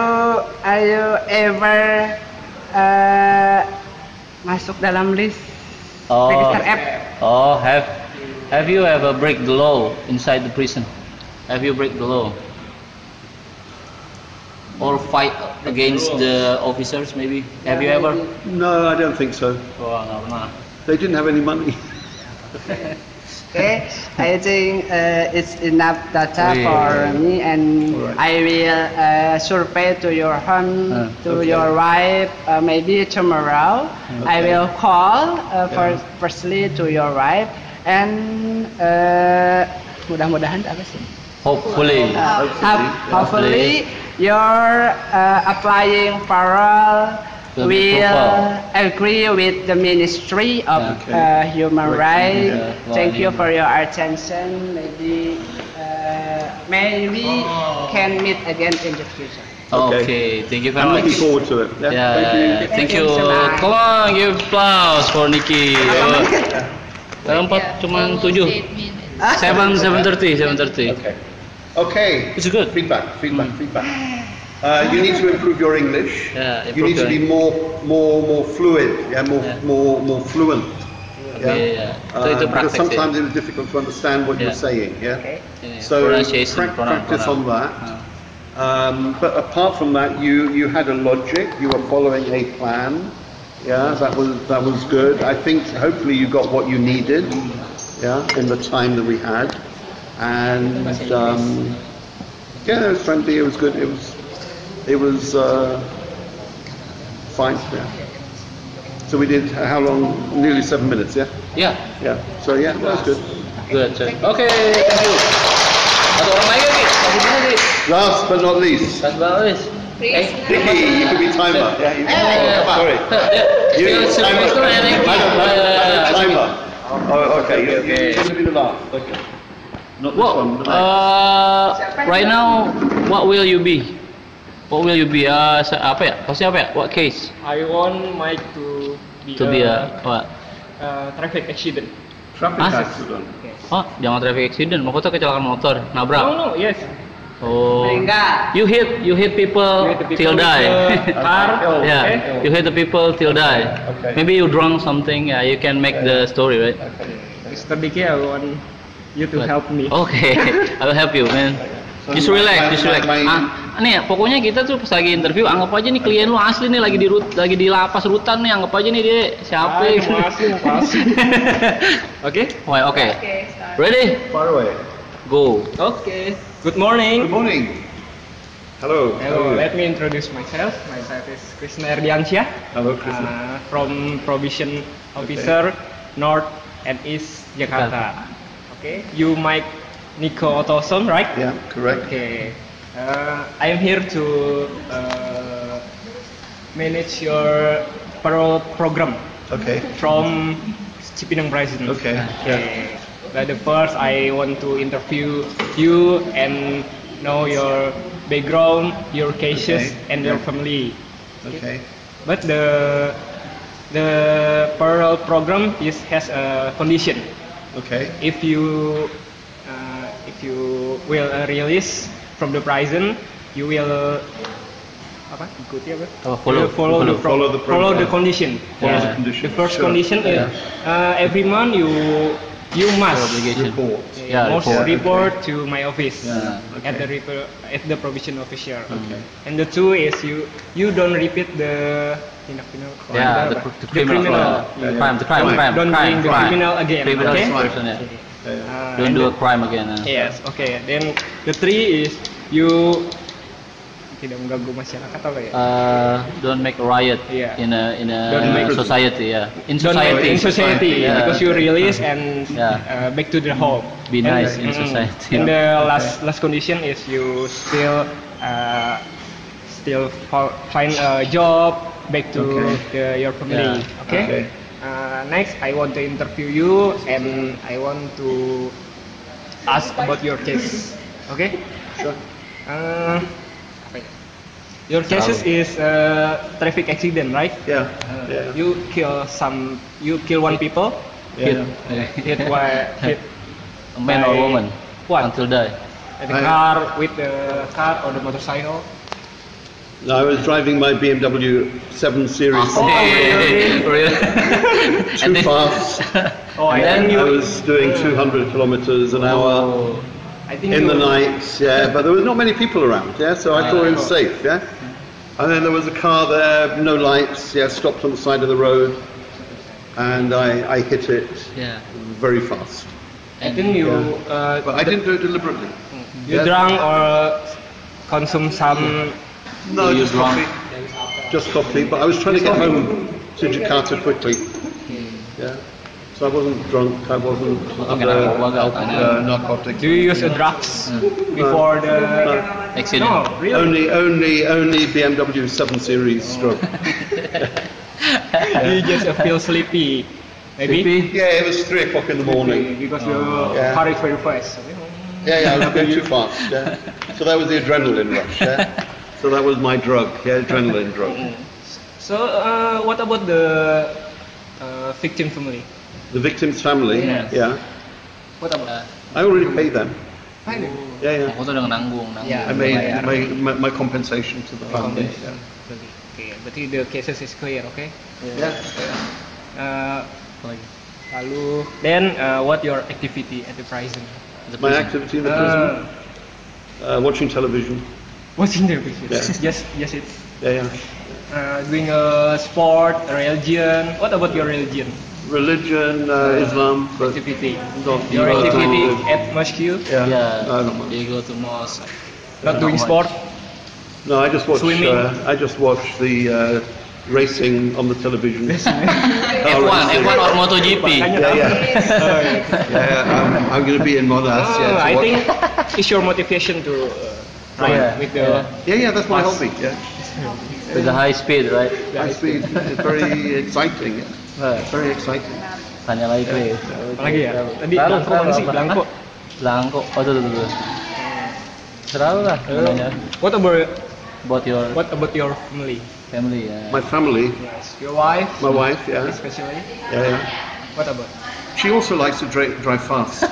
are you ever uh, masuk dalam list Oh. register app Oh, have have you ever break the law inside the prison? Have you break the law? Or fight against the officers maybe? Have you ever? No, I don't think so. Oh, nggak pernah. They didn't have any money. Okay, I think uh, it's enough data Okay. for me, and I will uh, survey to your home, Uh, to okay. your wife, uh, maybe tomorrow. I will call uh, for firstly to your wife, and uh, mudah-mudahan apa sih? Hopefully. Uh, Hopefully, hop- hopefully your uh, applying parole will, Will be profile. agree with the Ministry of Yeah. Okay. uh, Human Rights. yeah. uh, Thank you Well, for your attention. Maybe uh, may we can meet again in the future. Okay. Okay, thank you very I'm much. looking forward to it. Yeah. Oh, Yeah, Thank you. yeah, thank you. Thank you so much. Come on, give applause for Nikki. Kalau empat Yeah, cuman almost tujuh. eight minutes. Seven, seven thirty, seven thirty. Okay. Okay. It's good. Mm. Feedback. Feedback. Feedback. Uh, you need to improve your English. Yeah, you need improve to be your- more, more, more fluid. Yeah, more, Yeah. more, more fluent. Okay, yeah. Uh, Itu itu because praktek sih. sometimes it was difficult to understand what you're Yeah. saying. Yeah. Ini, So pronunciation, prac- pronoun, practice pronoun. on that. Um, but apart from that, you you had a logic. You were following a plan. Yeah, that was that was good. I think hopefully you got what you needed. Yeah, in the time that we had, and um, yeah, it was friendly. It was good. It was it was uh, fine. Yeah. So we did how long? Nearly seven minutes. Yeah, Yeah, yeah. So yeah, that was good. good. sir. Okay, thank you. Satu orang lagi, Ki. Satu orang lagi. Last but not least, Satu orang lagi. Eh, Vicky, you could be timer. Yeah, you eh, can, sorry. eh, You eh, timer. eh, eh, eh, Madam, eh, madam, eh, madam, eh, timer. Oh, okay, you- Okay, you okay. going to be the last, okay. Not this one, Well, but that. uh, right now, what will you be? What will you be? Uh, se- apa ya? Pasti apa ya? What case? I want Mike to be, To a, be a what? uh, traffic accident. Traffic Ah. accident. Oh, jangan traffic accident. Maksudnya kecelakaan motor, No, nabrak. no, yes. Oh. Enggak. You hit, you hit people, You hit the people till with die. the car, Oh, yeah, you hit the people till die. okay. Maybe you drunk something. Yeah, you can make the story, right? Okay. Mr. Diki, I want you to help me. Oke, I'll help you man. Just relax, just relax. Ah, nih, pokoknya kita tuh pas lagi interview anggap aja nih klien lu asli nih lagi di rut, lagi di lapas rutan nih anggap aja nih dia Ah, siapa gitu. mau asli, mau asli. Oke, Wah, oke. Okay, start. Ready? Far away. Go. Okay. Good morning. Good morning. Hello. Hello, How are you? let me introduce myself. Myself is Krishna Erdiansyah, Hello, Krishna. uh, from Provision Officer North and East Jakarta. Okay, you Mike Nico Otosom, right? yeah, correct. Okay, uh, I am here to uh, manage your pro program Okay. from Cipinang Prison. Okay. Yeah. Okay. But the first, I want to interview you and know your background, your cases, Okay. and your Yeah. family. Okay. But the the parallel program is has a condition. Okay. If you uh, if you will uh, release from the prison, you will apa? Ikuti apa? Apa, You follow, follow, follow. the pro- Follow the follow the program. condition. Follow the Yeah. condition. The first Sure. condition is uh, every month you you must Obligation. Report. Yeah, most report. report, Yeah, to my office Yeah, at the okay. repo- at the provision officer. Okay. And the two is you you don't repeat the tindak pidana crime, Yeah, the, apa? the criminal, Yeah, yeah. crime, the crime, Don't- crime, don't crime, bring the crime. criminal again, Criminal okay? is person, yeah. Yeah. Uh, Don't and do a the- crime again. yeah. Yes, okay. Then the three is you tidak mengganggu masyarakat apa ya? Uh, don't make a riot Yeah. in a in Don't a make- society, yeah. In Don't society, make in society Yeah. because you release and Yeah. uh, back to the home. Be And- nice in mm, society. And the last last condition is you still uh, still fo- find a job back to Okay. the, your family. Yeah. Okay. Okay. Uh, next, I want to interview you and I want to ask about your case. Okay. Sure. Uh, apa ya? your cases is uh, traffic accident, right? Yeah. Uh, Yeah. You kill some. You kill one people. Yeah. Hit why hit A man by or woman What? until die. At the I- car with the car or the motorcycle. No, I was driving my BMW 7 Series. Really? Really? Too fast. Oh, I And think I you. was doing 200 kilometers an hour I think in you, the nights, yeah, but there was not many people around, yeah, so I thought it was safe, yeah. And then there was a car there, no lights, yeah, stopped on the side of the road, and I, I hit it Yeah. very fast. I think you. Yeah. Uh, But I didn't do it deliberately. you Yeah. drunk or consume some. No, you just drunk? coffee. Just coffee, but I was trying to get home to Jakarta quickly. Yeah. So I wasn't drunk, I wasn't uh, under, I work out? under narcotics. Do you use a drugs before the? No. Mm. Accident. No, Only, really. only, only BMW 7 Series stroke. you just feel sleepy, maybe. Yeah, it was three o'clock in the morning. Because you Oh. Yeah. car is very fast. Yeah, yeah, I was going too fast. Yeah. So that was the adrenaline rush. Yeah. So that was my drug. Yeah, adrenaline drug. So, uh, what about the uh, victim family? The victim's family. Yes. Yeah. What about? I already paid them. Finally. Yeah, yeah. Aku tuh udah nanggung, nanggung. Yeah. I made my, my, my compensation to the family. Yeah. Okay, berarti the cases is clear, okay? Yeah. Uh, lalu, then uh, what your activity at the prison? The My prison. activity in the prison. Uh, Uh, watching television. watching the prison. Yeah. yes, yes, it's Yeah, yeah. uh, doing a sport, a religion. What about your religion Religion, uh, Islam, but activity? not Your not- activity at mosque? Yeah. Yeah. No, not much. You go to mosque. Not doing much. sport? No, I just watch. Swimming. Uh, I just watch the uh, racing on the television. Car F1, racing. F1 or MotoGP. Yeah, yeah. Oh, yeah. Yeah, Uh, I'm, I'm going to be in Monash. Ah, yeah, to I watch- think it's your motivation to uh, run Yeah. with the Yeah, yeah, that's my hobby. Yeah, With the high speed, right? high speed. It's very exciting. Yeah. Very exciting. Tanya lagi Chris. apalagi ya tadi Taruh, Blanco mana taruh, sih apa? Blanco Langko. Oh, tuh, tuh, tuh, tuh. Terlalu lah. namanya. Uh, what about About your what about your family family, ya. My family, yes your wife my wife. Yeah, especially yeah. yeah. what about She also likes to dra- drive fast.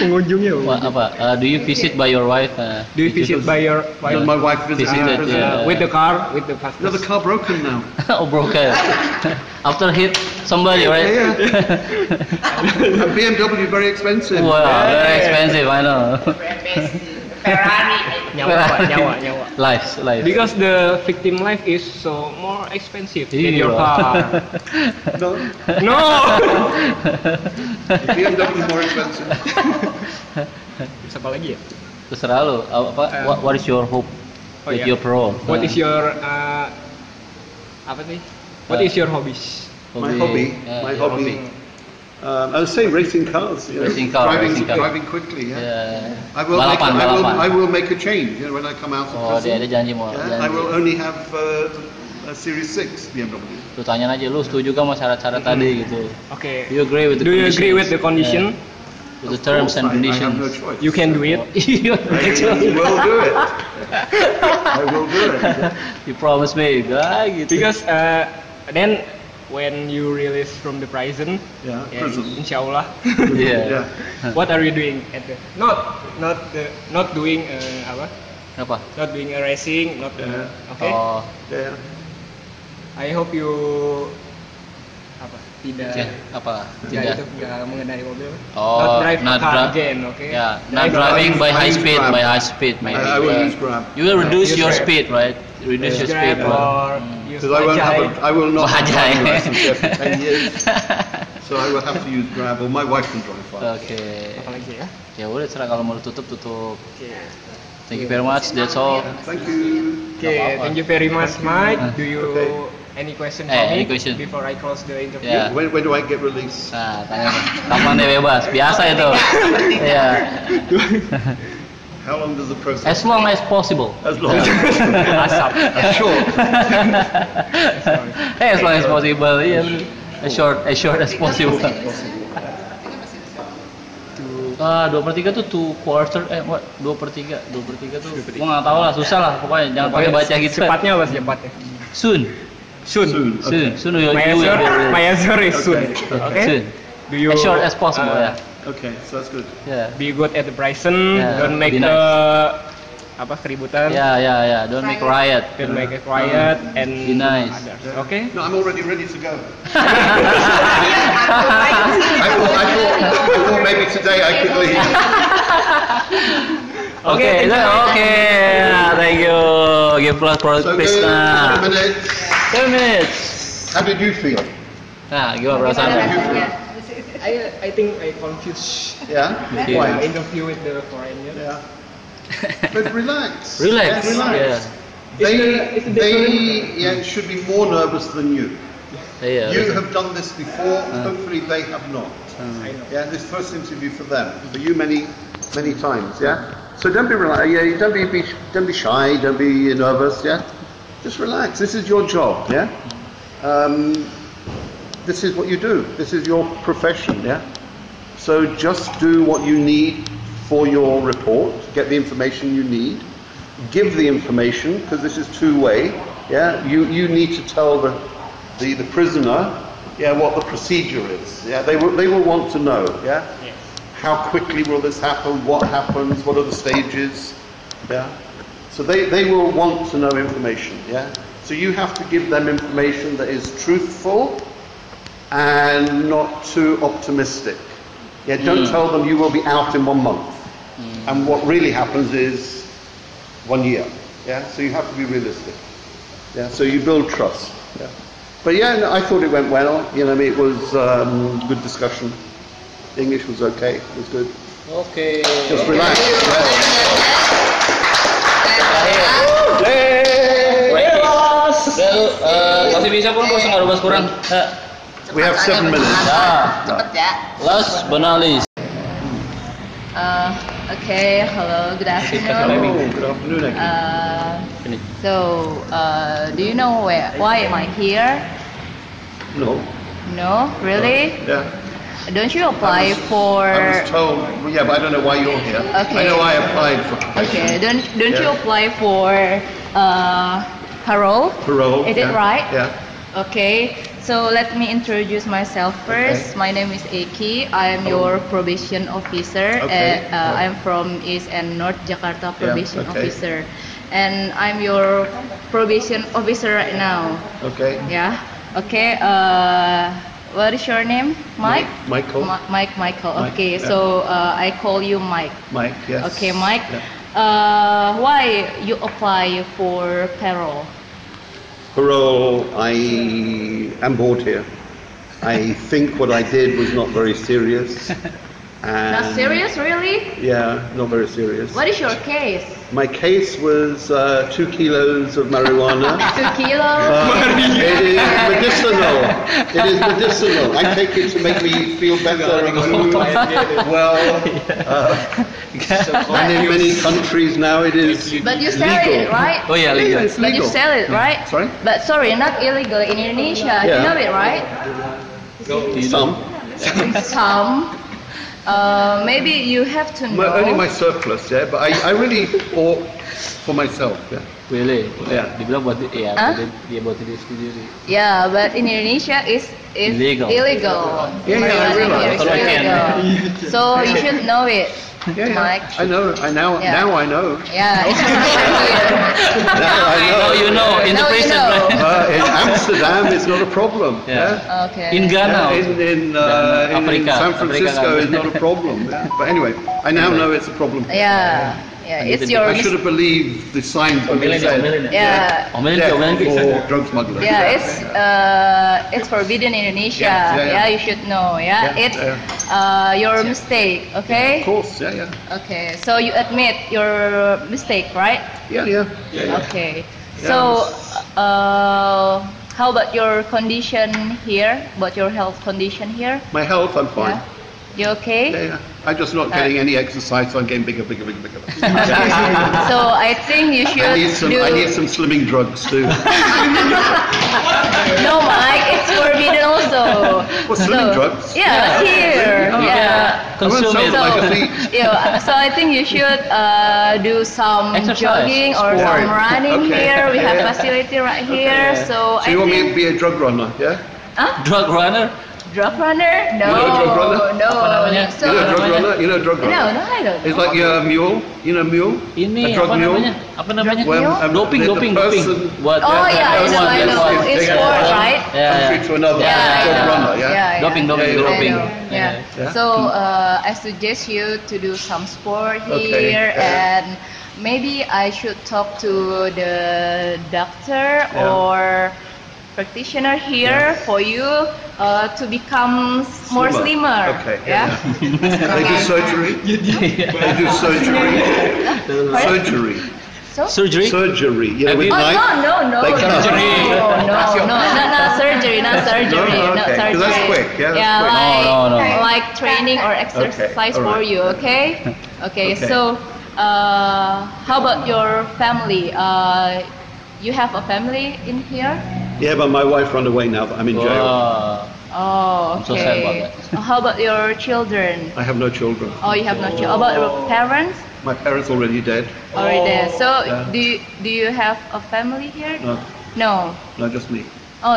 pengunjungnya Wha- apa uh, do you visit by your wife uh, do you visit by your wife? my wife visit- visited, uh, yeah. with the car with the fastest No, the car broken now. oh broken after hit somebody right Yeah, A BMW very expensive. wow very expensive I know nyawa Pak, nyawa nyawa life Nah. life because the victim life is so more expensive than your Iya. car No, no BMW more expensive. Terus apa lagi ya terserah lu uh, apa what, what is your hope Oh, with iya. your pro Nah. what is your uh, apa sih what Uh, is your hobbies My hobby, Yeah, my your hobby. Um, I was saying racing cars. You know, Racing car, driving, racing car. driving quickly. Yeah. Yeah. I will balapan make. a- I will, balapan I will make a change. You know, when I come out of oh prison. dia ada janji mau Yeah, I janji. will only have uh, a Series 6 BMW. lu tanyain aja lu setuju gak sama syarat-syarat tadi gitu oke do you agree with the do you agree with the conditions? condition Yeah, with the terms I, I have and no conditions choice. you can do it You I will do it. I will do it. you promise me ah, gitu because uh, then when you release from the prison Yeah, yeah, prison. insyaallah Yeah. yeah. what are you doing at the not not the not doing uh, apa apa not doing a racing not the okay oh yeah. I hope you apa tidak oke. apa tidak tidak itu nggak mengendarai mobil Oh, not drive not car dri- again okay yeah not Drive- driving by I high use speed Grab. by high speed I, man I will use Grab. you will reduce use your Grab. speed right reduce your speed Grab or Hmm. use Because I won't have a, I will not have a Bajaj. driving license yet for 10 years. So I will have to use Grab or my wife can drive for us. oke apalagi ya ya udah serah kalau mau tutup tutup oke thank you very much that's all Thank you. Oke, thank you very much Mike do you Okay. any question Eh, for me any question? before I close the interview Yeah. ah, When, when do I get released? Nah, tanya dong. kapan dia bebas? Biasa itu. Iya. How long does the process? As long as possible. As long as asap sure. Eh, as long as possible. Iya. bener. As short, as short as possible. Ah, dua per tiga tuh two quarter, eh, what? Dua per tiga, dua per tiga tuh. Gua nggak tahu lah, susah lah. Pokoknya jangan pakai baca gitu. cepatnya apa sih cepatnya Soon, Soon. soon soon, Okay. soon you will my you answer will. you my will- answer is soon okay Soon. do you As short as possible, uh, ya. Okay, so that's good. Ya. be good at the Uh, Bryson Yeah, don't make be a nice. apa keributan Ya, ya, ya. Don't make riot. don't make a quiet and Be nice. others. Yeah. okay No, I'm already ready to go. I thought, I thought, I thought maybe today I could leave. Okay, then, okay. Thank you. Give applause for So good. Krishna. minutes. Ten minutes. How did you feel? Nah, gimana perasaannya? I I think I confused Yeah. Yeah. my Why? interview with the foreigner Yeah. But relax. Relax. Yeah, relax. Yeah. They, they yeah, should be more nervous than you. Iya. You have done this before. Hopefully, they have not. Yeah, this first interview for them, for you many, many times. Yeah. So don't be rela- yeah, you don't be, be don't be shy. Don't be nervous. Yeah. Just relax. This is your job. Yeah. Um, this is what you do. This is your profession. Yeah. So just do what you need for your report. Get the information you need. Give the information because this is two-way. Yeah. You you need to tell the the, the prisoner. Yeah, what the procedure is. Yeah, they will, they will want to know. Yeah, how quickly will this happen? What happens? What are the stages? Yeah, so they, they will want to know information. Yeah, so you have to give them information that is truthful and not too optimistic. Yeah, don't tell them you will be out in one month. And what really happens is one year. Yeah, so you have to be realistic. Yeah, so you build trust. Yeah. But yeah, no, I thought it went well. You know, I mean, it was um, good discussion. The English was okay. It was good. Oke. Just relax. Dan eh, masih bisa pun kok nggak rubah kurang. Ah. Eh, We have seven minutes. Ah. Nah, Cepet ya. last benalis. Uh, okay, hello, good afternoon. Oh, good afternoon, Aki. Uh, so, uh, do you know where, why am I here? No. No, really? Yeah. Don't you apply for? I was told. Well, yeah, but I don't know why you're here. I Okay. know I applied for Okay, don't don't you Yeah. apply for uh, parole? parole. Is it yeah. right? Yeah. Okay, So let me introduce myself Okay. first. My name is Eki. I am your probation officer. Okay. Uh, uh, I'm from East and North Jakarta probation okay. officer, and I'm your probation officer right now. Okay. Yeah. Okay. Uh, what is your name? Mike. Michael. Ma- Mike. Michael. Mike, Okay. yeah. So uh, I call you Mike. Mike, yes. Okay, Mike. Yeah. Uh, why you apply for parole? Parole, I am bored here. I think what I did was not very serious. And Not serious, really? Yeah, not very serious. What is your case? My case was uh, two kilos of marijuana. Two kilos. Uh, it is medicinal. It is medicinal. I take it to make me feel better. and move well, uh, and in many countries now it is. But you sell it, legal. right? Oh, yeah, legal. It's But you legal. Mm. sell it, right? Sorry? But sorry, not illegal in Indonesia. You Yeah. know it, right? Some. Some. Uh, maybe you have to know. My, only my surplus, yeah. But I, I really bought for myself, yeah. Really? Yeah. Dibilang buat ya, iya, Hah? dia, dia buat diri sendiri. Yeah, but in Indonesia is is Illegal. illegal. Yeah, yeah, I Marijuana realize. here is Okay. illegal. So you should know it, Yeah, yeah. Mike. I know. I now. Yeah. Now I know. Yeah. it's Now I know. Now Oh, you know, in the Now you prison, know. right? Uh, in Amsterdam, it's not a problem. Yeah. okay. In Ghana. Yeah, in in, uh, in Africa. San Africa Francisco, kan. it's not a problem. yeah. But anyway, I now know it's a problem. Yeah. Yeah, it's your I should have believed the signs when they Omelin, said. omelin. ya? Yeah. Omelin, Death omelin. for drug smuggling. Yeah, it's uh, it's forbidden in Indonesia. Yeah, yeah, yeah. you should know. Yeah, Yeah, it's uh, your mistake. Okay. Of course. Yeah, yeah. Okay, so you admit your mistake, right? Yeah, yeah. Yeah, yeah. Okay. Yeah. So, uh, how about your condition here? About your health condition here? My health, I'm fine. You okay? Yeah, yeah. I'm just not getting any exercise, so I'm getting bigger, bigger, bigger, bigger. So I think you should I need some. do. I need some slimming drugs too. no, Mike, it's forbidden also. Well, slimming drugs? Yeah, Yeah. here. Oh, yeah. yeah. Consume so, it. Like a thief. yeah, so I think you should uh, do some Exercise, jogging or sport. some running Okay. here. We have Yeah. facility right here. So, so I you want me think to be a drug runner? Yeah. Drug runner? drug runner? No, You know drug runner? no. So, you know drug runner? You know drug runner? No, no, I don't. It's like your mule. You know mule? Ini a drug apa mule. namanya? Apa namanya? When, um, doping, the, doping, the doping. person Buat ya, Oh, yeah, I know, I know. It's sport, right? Country to another. Yeah, drug I know. runner. Yeah. Yeah, yeah. Doping, doping, Yeah, yeah. doping. yeah. Yeah. So uh, I suggest you to do some sport Okay, here, yeah. and maybe I should talk to the doctor Yeah. or practitioner here for you uh, to become s- more slimmer. Okay. Yeah. yeah. they do surgery. They do surgery. surgery. So? Surgery. Surgery. You know, Oh with knife. no no no They no cut. no no not, not surgery not surgery No, no, not okay, 'cause surgery that's quick, yeah, that's quick. like No, no, no. like training or exercise for alright. you okay okay, Okay. so uh, how about your family uh, you have a family in here Yeah, but my wife ran away now. that I'm in jail. oh I'm so sad about okay how about your children I have no children. oh you have no children how about your Oh. parents My parents already dead. already there so Yeah. do you, do you have a family here No, no no, just me. oh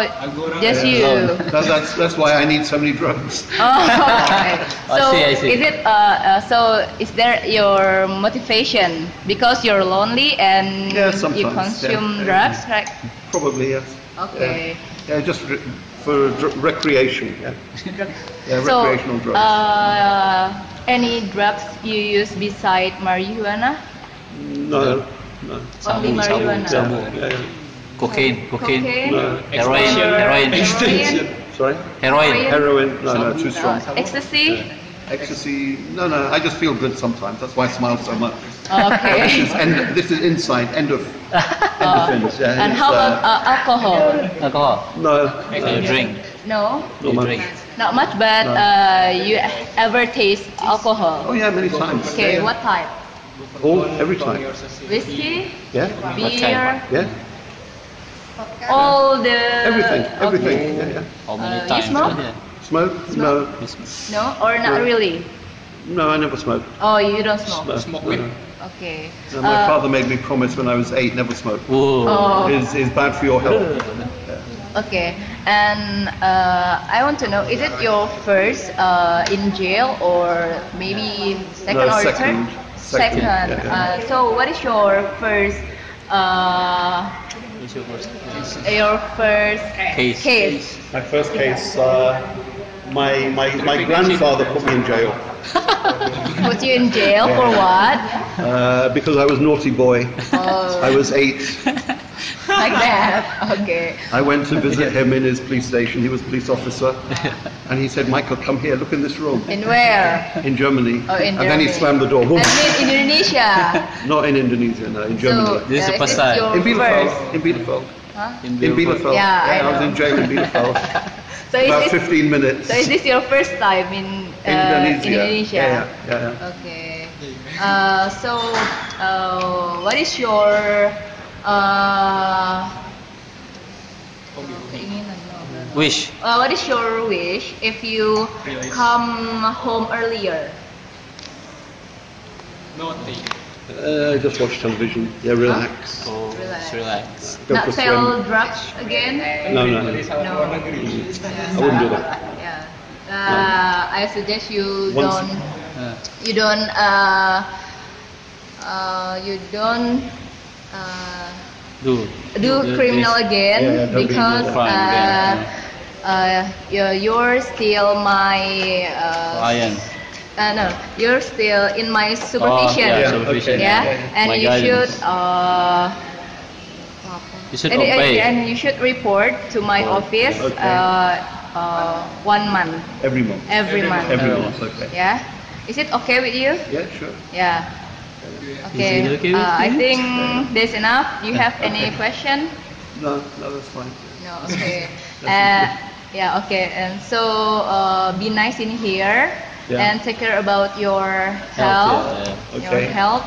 just Yeah. you That- that's that's why I need so many drugs. Oh, okay. I so see, I see. is it uh, uh, so is there your motivation because you're lonely and you sometimes, yeah. consume Yeah. drugs right Probably yes. okay Yeah, just re- for dr- recreation. Yeah, yeah so recreational drugs. uh, any drugs you use beside marijuana no, no. Only marijuana. sabu. Yeah, yeah. Cocaine, cocaine, Cocaine. No. heroin, heroin, Extension. Sorry. Heroin. Heroin. No, no, too strong. ecstasy Ecstasy. No, no. I just feel good sometimes. That's why I smile so much. Okay. this is end. This is inside. End of. Uh, Endorphins. Yeah, and it's, how about uh, uh, alcohol alcohol? No. You drink. no Not much. not much but No. uh, you ever taste alcohol Oh yeah, many times. okay Yeah, yeah. what type All every time. whiskey Yeah. Beer. Yeah. all the Everything. Uh, Everything. Yeah, yeah. How many Uh, you times? smoke? Smoke? No. No, or not Yeah. really? No, I never smoked. Oh, you don't smoke. No, no. Okay. No, my Uh, father made me promise when I was eight never smoke. Oh. Is is bad for your health. Okay. And uh, I want to know, is it your first uh, in jail or maybe second No, or second. third? Second, yeah, yeah. Uh, so what is your first uh, your first Case. case? My first case, uh, my, my, my grandfather put me in jail Put you in jail for Yeah. what? uh, because I was naughty boy. Oh, I was eight. like that. Okay. I went to visit him in his police station. He was a police officer. And he said, Michael, come here, look in this room. In where? In Germany. Oh, in and then he Germany. slammed the door. I mean, Indonesia. Not in Indonesia, no, in Germany. So, This is uh, Pasai. it's your In Bielefeld. first- In Bielefeld. Huh? In Bielefeld. Yeah, I was know. in jail in Bielefeld. So is About this, 15 minutes. so is this your first time in uh, Indonesia. Indonesia? Yeah, yeah, yeah, yeah. Okay. Uh, so, uh, what is your uh, keinginan? No, no, no. Wish. Uh, what is your wish if you Release. come home earlier? Nothing. Uh, just watch television. Yeah, relax. Relax. relax. Go for Not a sell swim. drugs again? No, no, no. Dari salah luar negeri. I wouldn't do that. Yeah. Uh, I suggest you Once- don't. You don't. Uh, uh, you don't. Uh, Do. do criminal again Yeah, yeah, don't be because criminal. Fine, uh, uh, you're, you're still my uh, Lion. uh, no you're still in my Ah, supervision yeah, yeah, supervision. and My you guidance. should uh, You should and, and- obey. and you should report to my Oh, office okay. uh, uh, one month Every month. every month Every month, okay. yeah is it okay with you Yeah, sure. yeah okay, it okay with uh, i you? think that's enough you have any question No, no, that's fine. No, okay. uh, yeah, okay. And so uh, be nice in here Yeah. and take care about your Health, health, yeah, yeah. your Okay. health.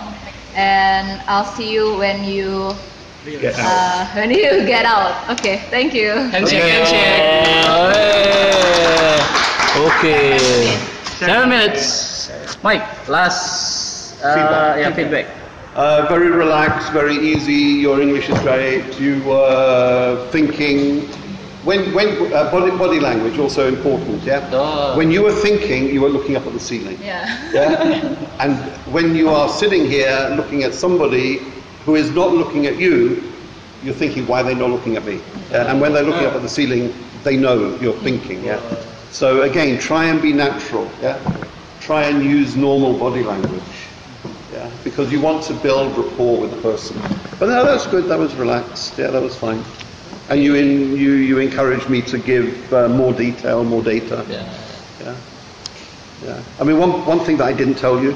And I'll see you when you Get out. uh, when you get out. Okay, thank you. Handshake, handshake. Okay. Seven minutes. Mike, last uh, Feedback. Yeah, feedback. Uh, very relaxed, very easy. Your English is great. You were thinking. When, when uh, body, body language also important, yeah. Duh. When you were thinking, you were looking up at the ceiling. Yeah. Yeah? and when you are sitting here looking at somebody who is not looking at you, you're thinking, why are they not looking at me? Yeah, and when they're looking up at the ceiling, they know you're thinking. Yeah. So again, try and be natural. Yeah. Try and use normal body language. Yeah. Because you want to build rapport with the person. But no, that's good. That was relaxed. Yeah, that was fine. And you in, you you encouraged me to give uh, more detail, more data. Yeah. Yeah. I mean, one, one thing that I didn't tell you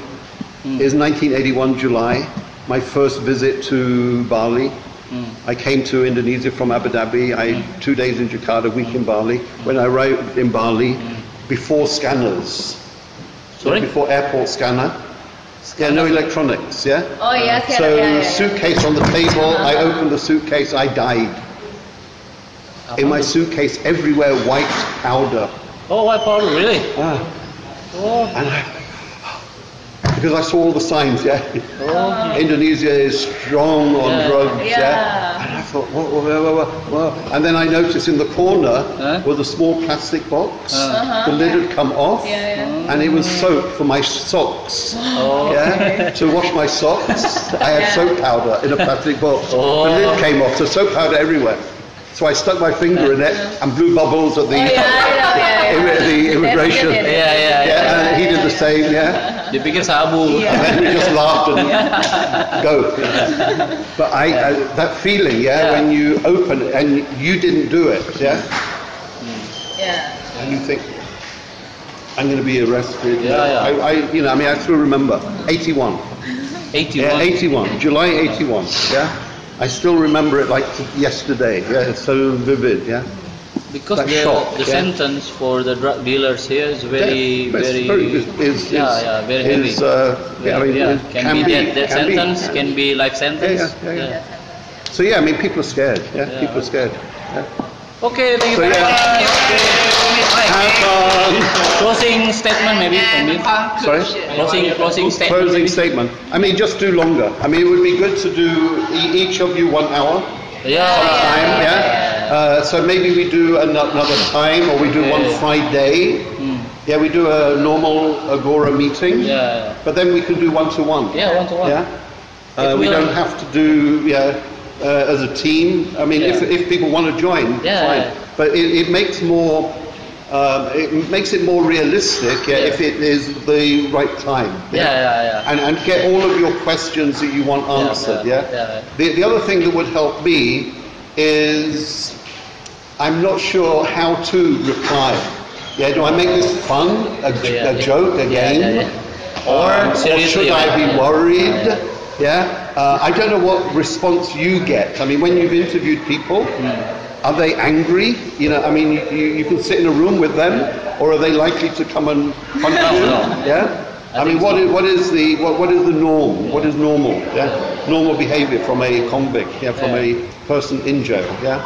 Hmm. is 1981 July, my first visit to Bali. Hmm. I came to Indonesia from Abu Dhabi. I two days in Jakarta, a week in Bali. Hmm. When I arrived in Bali, before scanners, Sorry? before airport scanner, yeah, no electronics, yeah. Oh yeah. Okay, Uh, So yeah, Uh-huh. yeah, yeah. suitcase on the table. I opened the suitcase. I died. Uh-huh. In my suitcase, everywhere white powder. Oh, what problem? Really? Ah. And I, because I saw all the signs, yeah. Indonesia is strong on Yeah. drugs, yeah. Yeah. And I thought, whoa, whoa, whoa, whoa, whoa, whoa. And then I noticed in the corner Huh? was a small plastic box. The lid had come off, and it was soap for my socks. Yeah, to wash my socks, I had soap powder in a plastic box. The lid came off, so soap powder everywhere. So I stuck my finger in it and blew bubbles at the Yeah, I know, yeah, yeah. immi- the immigration. That's good, Yeah, yeah, yeah. Yeah, and he did the same, yeah. Dipikir sabu. And then we just laughed and go. yeah. But I, I that feeling, yeah, when you open it and you didn't do it, yeah, Yeah. and you think, I'm going to be arrested. Yeah, yeah. I, I, you know, I mean, I still remember, 81. 81. Yeah, 81, July 81, yeah. I still remember it like yesterday, yeah, it's so vivid, yeah. Because Like the, shock, the yeah. sentence for the drug dealers here is very, Yeah, but it's very, is, is, yeah, is- yeah, very heavy. is, uh, yeah, I mean, Yeah, it can, be, death, death can be, sentence, yeah. can be life sentence. yeah, yeah. So yeah, I mean, people are scared. Yeah, Yeah. people are scared. Okay, thank you So, very yeah. much. Mike, Closing statement maybe from you. Sorry. Closing, closing statement. Closing statement. I mean, just do longer. I mean, it would be good to do e- each of you one hour Yeah. time. Yeah. Uh, so maybe we do ano- another time, or we do one Friday. Yeah, we do a normal Agora meeting. Mm. Yeah. But then we can do one to one. Yeah, one to one. Yeah. Uh, we will- don't have to do yeah uh, as a team. I mean, if, Yeah. if people want to join, Yeah. fine. But it, it makes more. Um, it makes it more realistic yeah, Yeah. if it is the right time. Yeah, yeah, yeah. And, and get all of your questions that you want answered. Yeah. yeah. The, the other thing that would help me is I'm not sure how to reply. Yeah, do I make this fun, a, j- a joke, a game? Um, Or, or seriously, should I yeah. be worried? Yeah. Uh, I don't know what response you get. I mean, when you've interviewed people, Hmm. are they angry? You know, I mean, you, you you can sit in a room with them, or are they likely to come and hunt you? Yeah. I, mean, what is, what is the what, what is the norm? What is normal? Yeah. Normal behaviour from a convict. Yeah. From a person in jail. Yeah.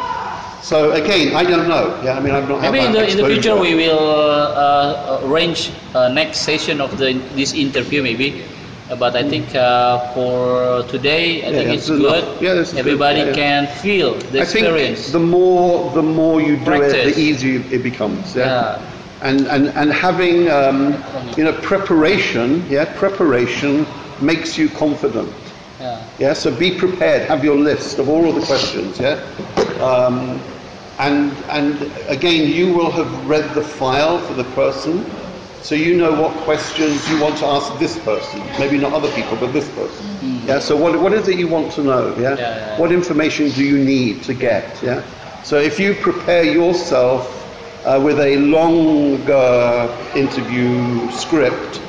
So again, I don't know. Yeah. I mean, I've not had Maybe in that the, in the exposure. future we will uh, uh, arrange uh, next session of the this interview maybe. Uh, but I think uh, for today, I Yeah, think yeah, it's this is good. enough. Yeah, this is good. Everybody Yeah, yeah. can feel the I think experience. the more the more you do it, Practice. the easier it becomes. Yeah. Yeah. And, and and having um, you know preparation, yeah, preparation makes you confident. Yeah. Yeah. So be prepared. Have your list of all of the questions. Yeah. Um, and and again, you will have read the file for the person, so you know what questions you want to ask this person. Maybe not other people, but this person. Yeah. So what what is it you want to know? Mm-hmm. Yeah. yeah. What information do you need to get? Yeah. So if you prepare yourself uh, with a long uh, interview script,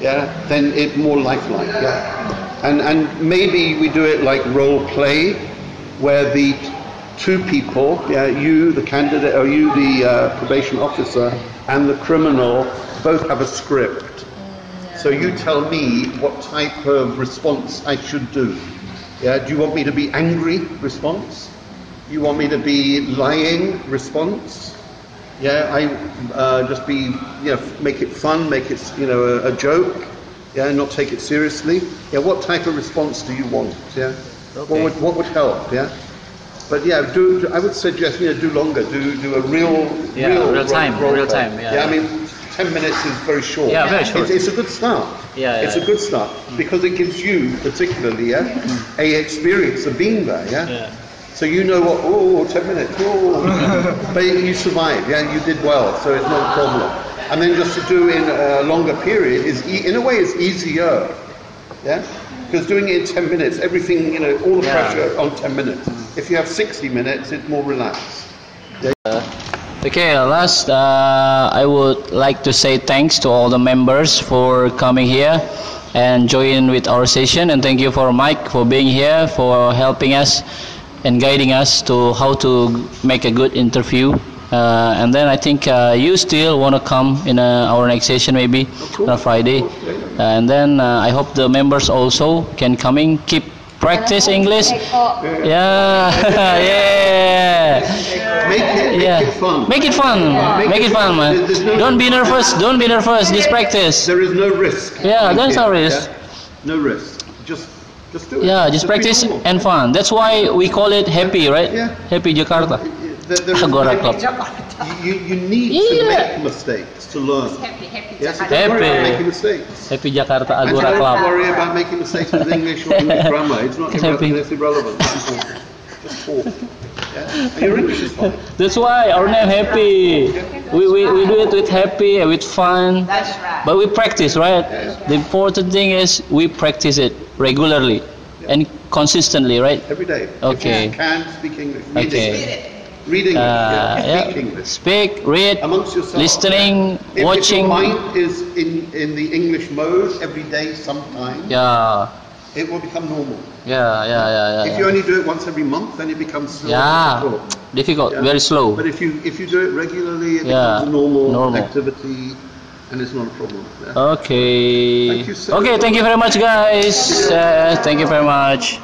yeah, then it more lifelike. Yeah. And and maybe we do it like role play, where the t- two people, yeah, you the candidate or you the uh, probation officer and the criminal, both have a script. So you tell me what type of response I should do. Yeah, do you want me to be angry response? You want me to be lying response? Yeah, I uh, just be you know make it fun, make it you know a, a joke. Yeah, not take it seriously. Yeah, what type of response do you want? Yeah, what Okay. would what would help? Yeah, but yeah, do, do- I would suggest you know do longer, do do a real Yeah, real, real time, role- role real play. time, yeah. I mean, ten minutes is very short. Yeah, very It's, short. it's a good start. Yeah, it's yeah, Mm. a good start because it gives you particularly yeah, a experience of being there. Yeah. Yeah. So you know what? Oh, 10 minutes. Oh. but you survived. Yeah, you did well, so it's no problem. And then just to do in a longer period is, e- in a way, is easier. Yeah, because doing it in 10 minutes, everything, you know, all the pressure on 10 minutes. Mm. If you have 60 minutes, it's more relaxed. Okay, last, uh, I would like to say thanks to all the members for coming here and join with our session. And thank you for Mike for being here, for helping us and guiding us to how to make a good interview. Uh, and then I think uh, you still want to come in uh, our next session maybe on Friday. And then uh, I hope the members also can coming keep practice English. oh. Yeah, yeah. Make it, make Yeah. it fun. Make it fun. Make, it, fun, man. There's no- Don't be nervous. Don't be nervous. Just practice. there is no risk. Yeah, Make there's it, no risk. yeah? No risk. Just, just do it. Yeah, just be practice normal. and fun. That's why we call it happy, right? Yeah. Happy Jakarta. There, there is Agora no- Club. You, you need to Yeah. make mistakes to learn. Happy, happy. Yes, Jakarta. don't worry about Happy. making mistakes. Happy Jakarta And Agora don't Club. worry about making mistakes with English or English grammar. It's not irre- Happy. it's irrelevant. Just walk. Just walk. Yeah? And your English is fine. That's why our name Happy. We, we, we do it with happy and with fun. That's right. But we practice, right? The important thing is we practice it regularly and consistently, right? Every day. Okay. If you can speak English. Read English. Okay. Read English. Uh, yeah. yeah. Speak English. Speak, read, Amongst yourself. listening, If, if your watching. mind is in, in the English mode every day sometime, Yeah, it will become normal. yeah, yeah, yeah, yeah. If you only do it once every month, then it becomes slow. yeah, difficult, Yeah. very slow. But if you if you do it regularly, it Yeah, becomes a normal, normal. activity, and it's not a problem. Yeah. Okay. Thank you so okay, much. thank you very much, guys. Uh, thank you very much.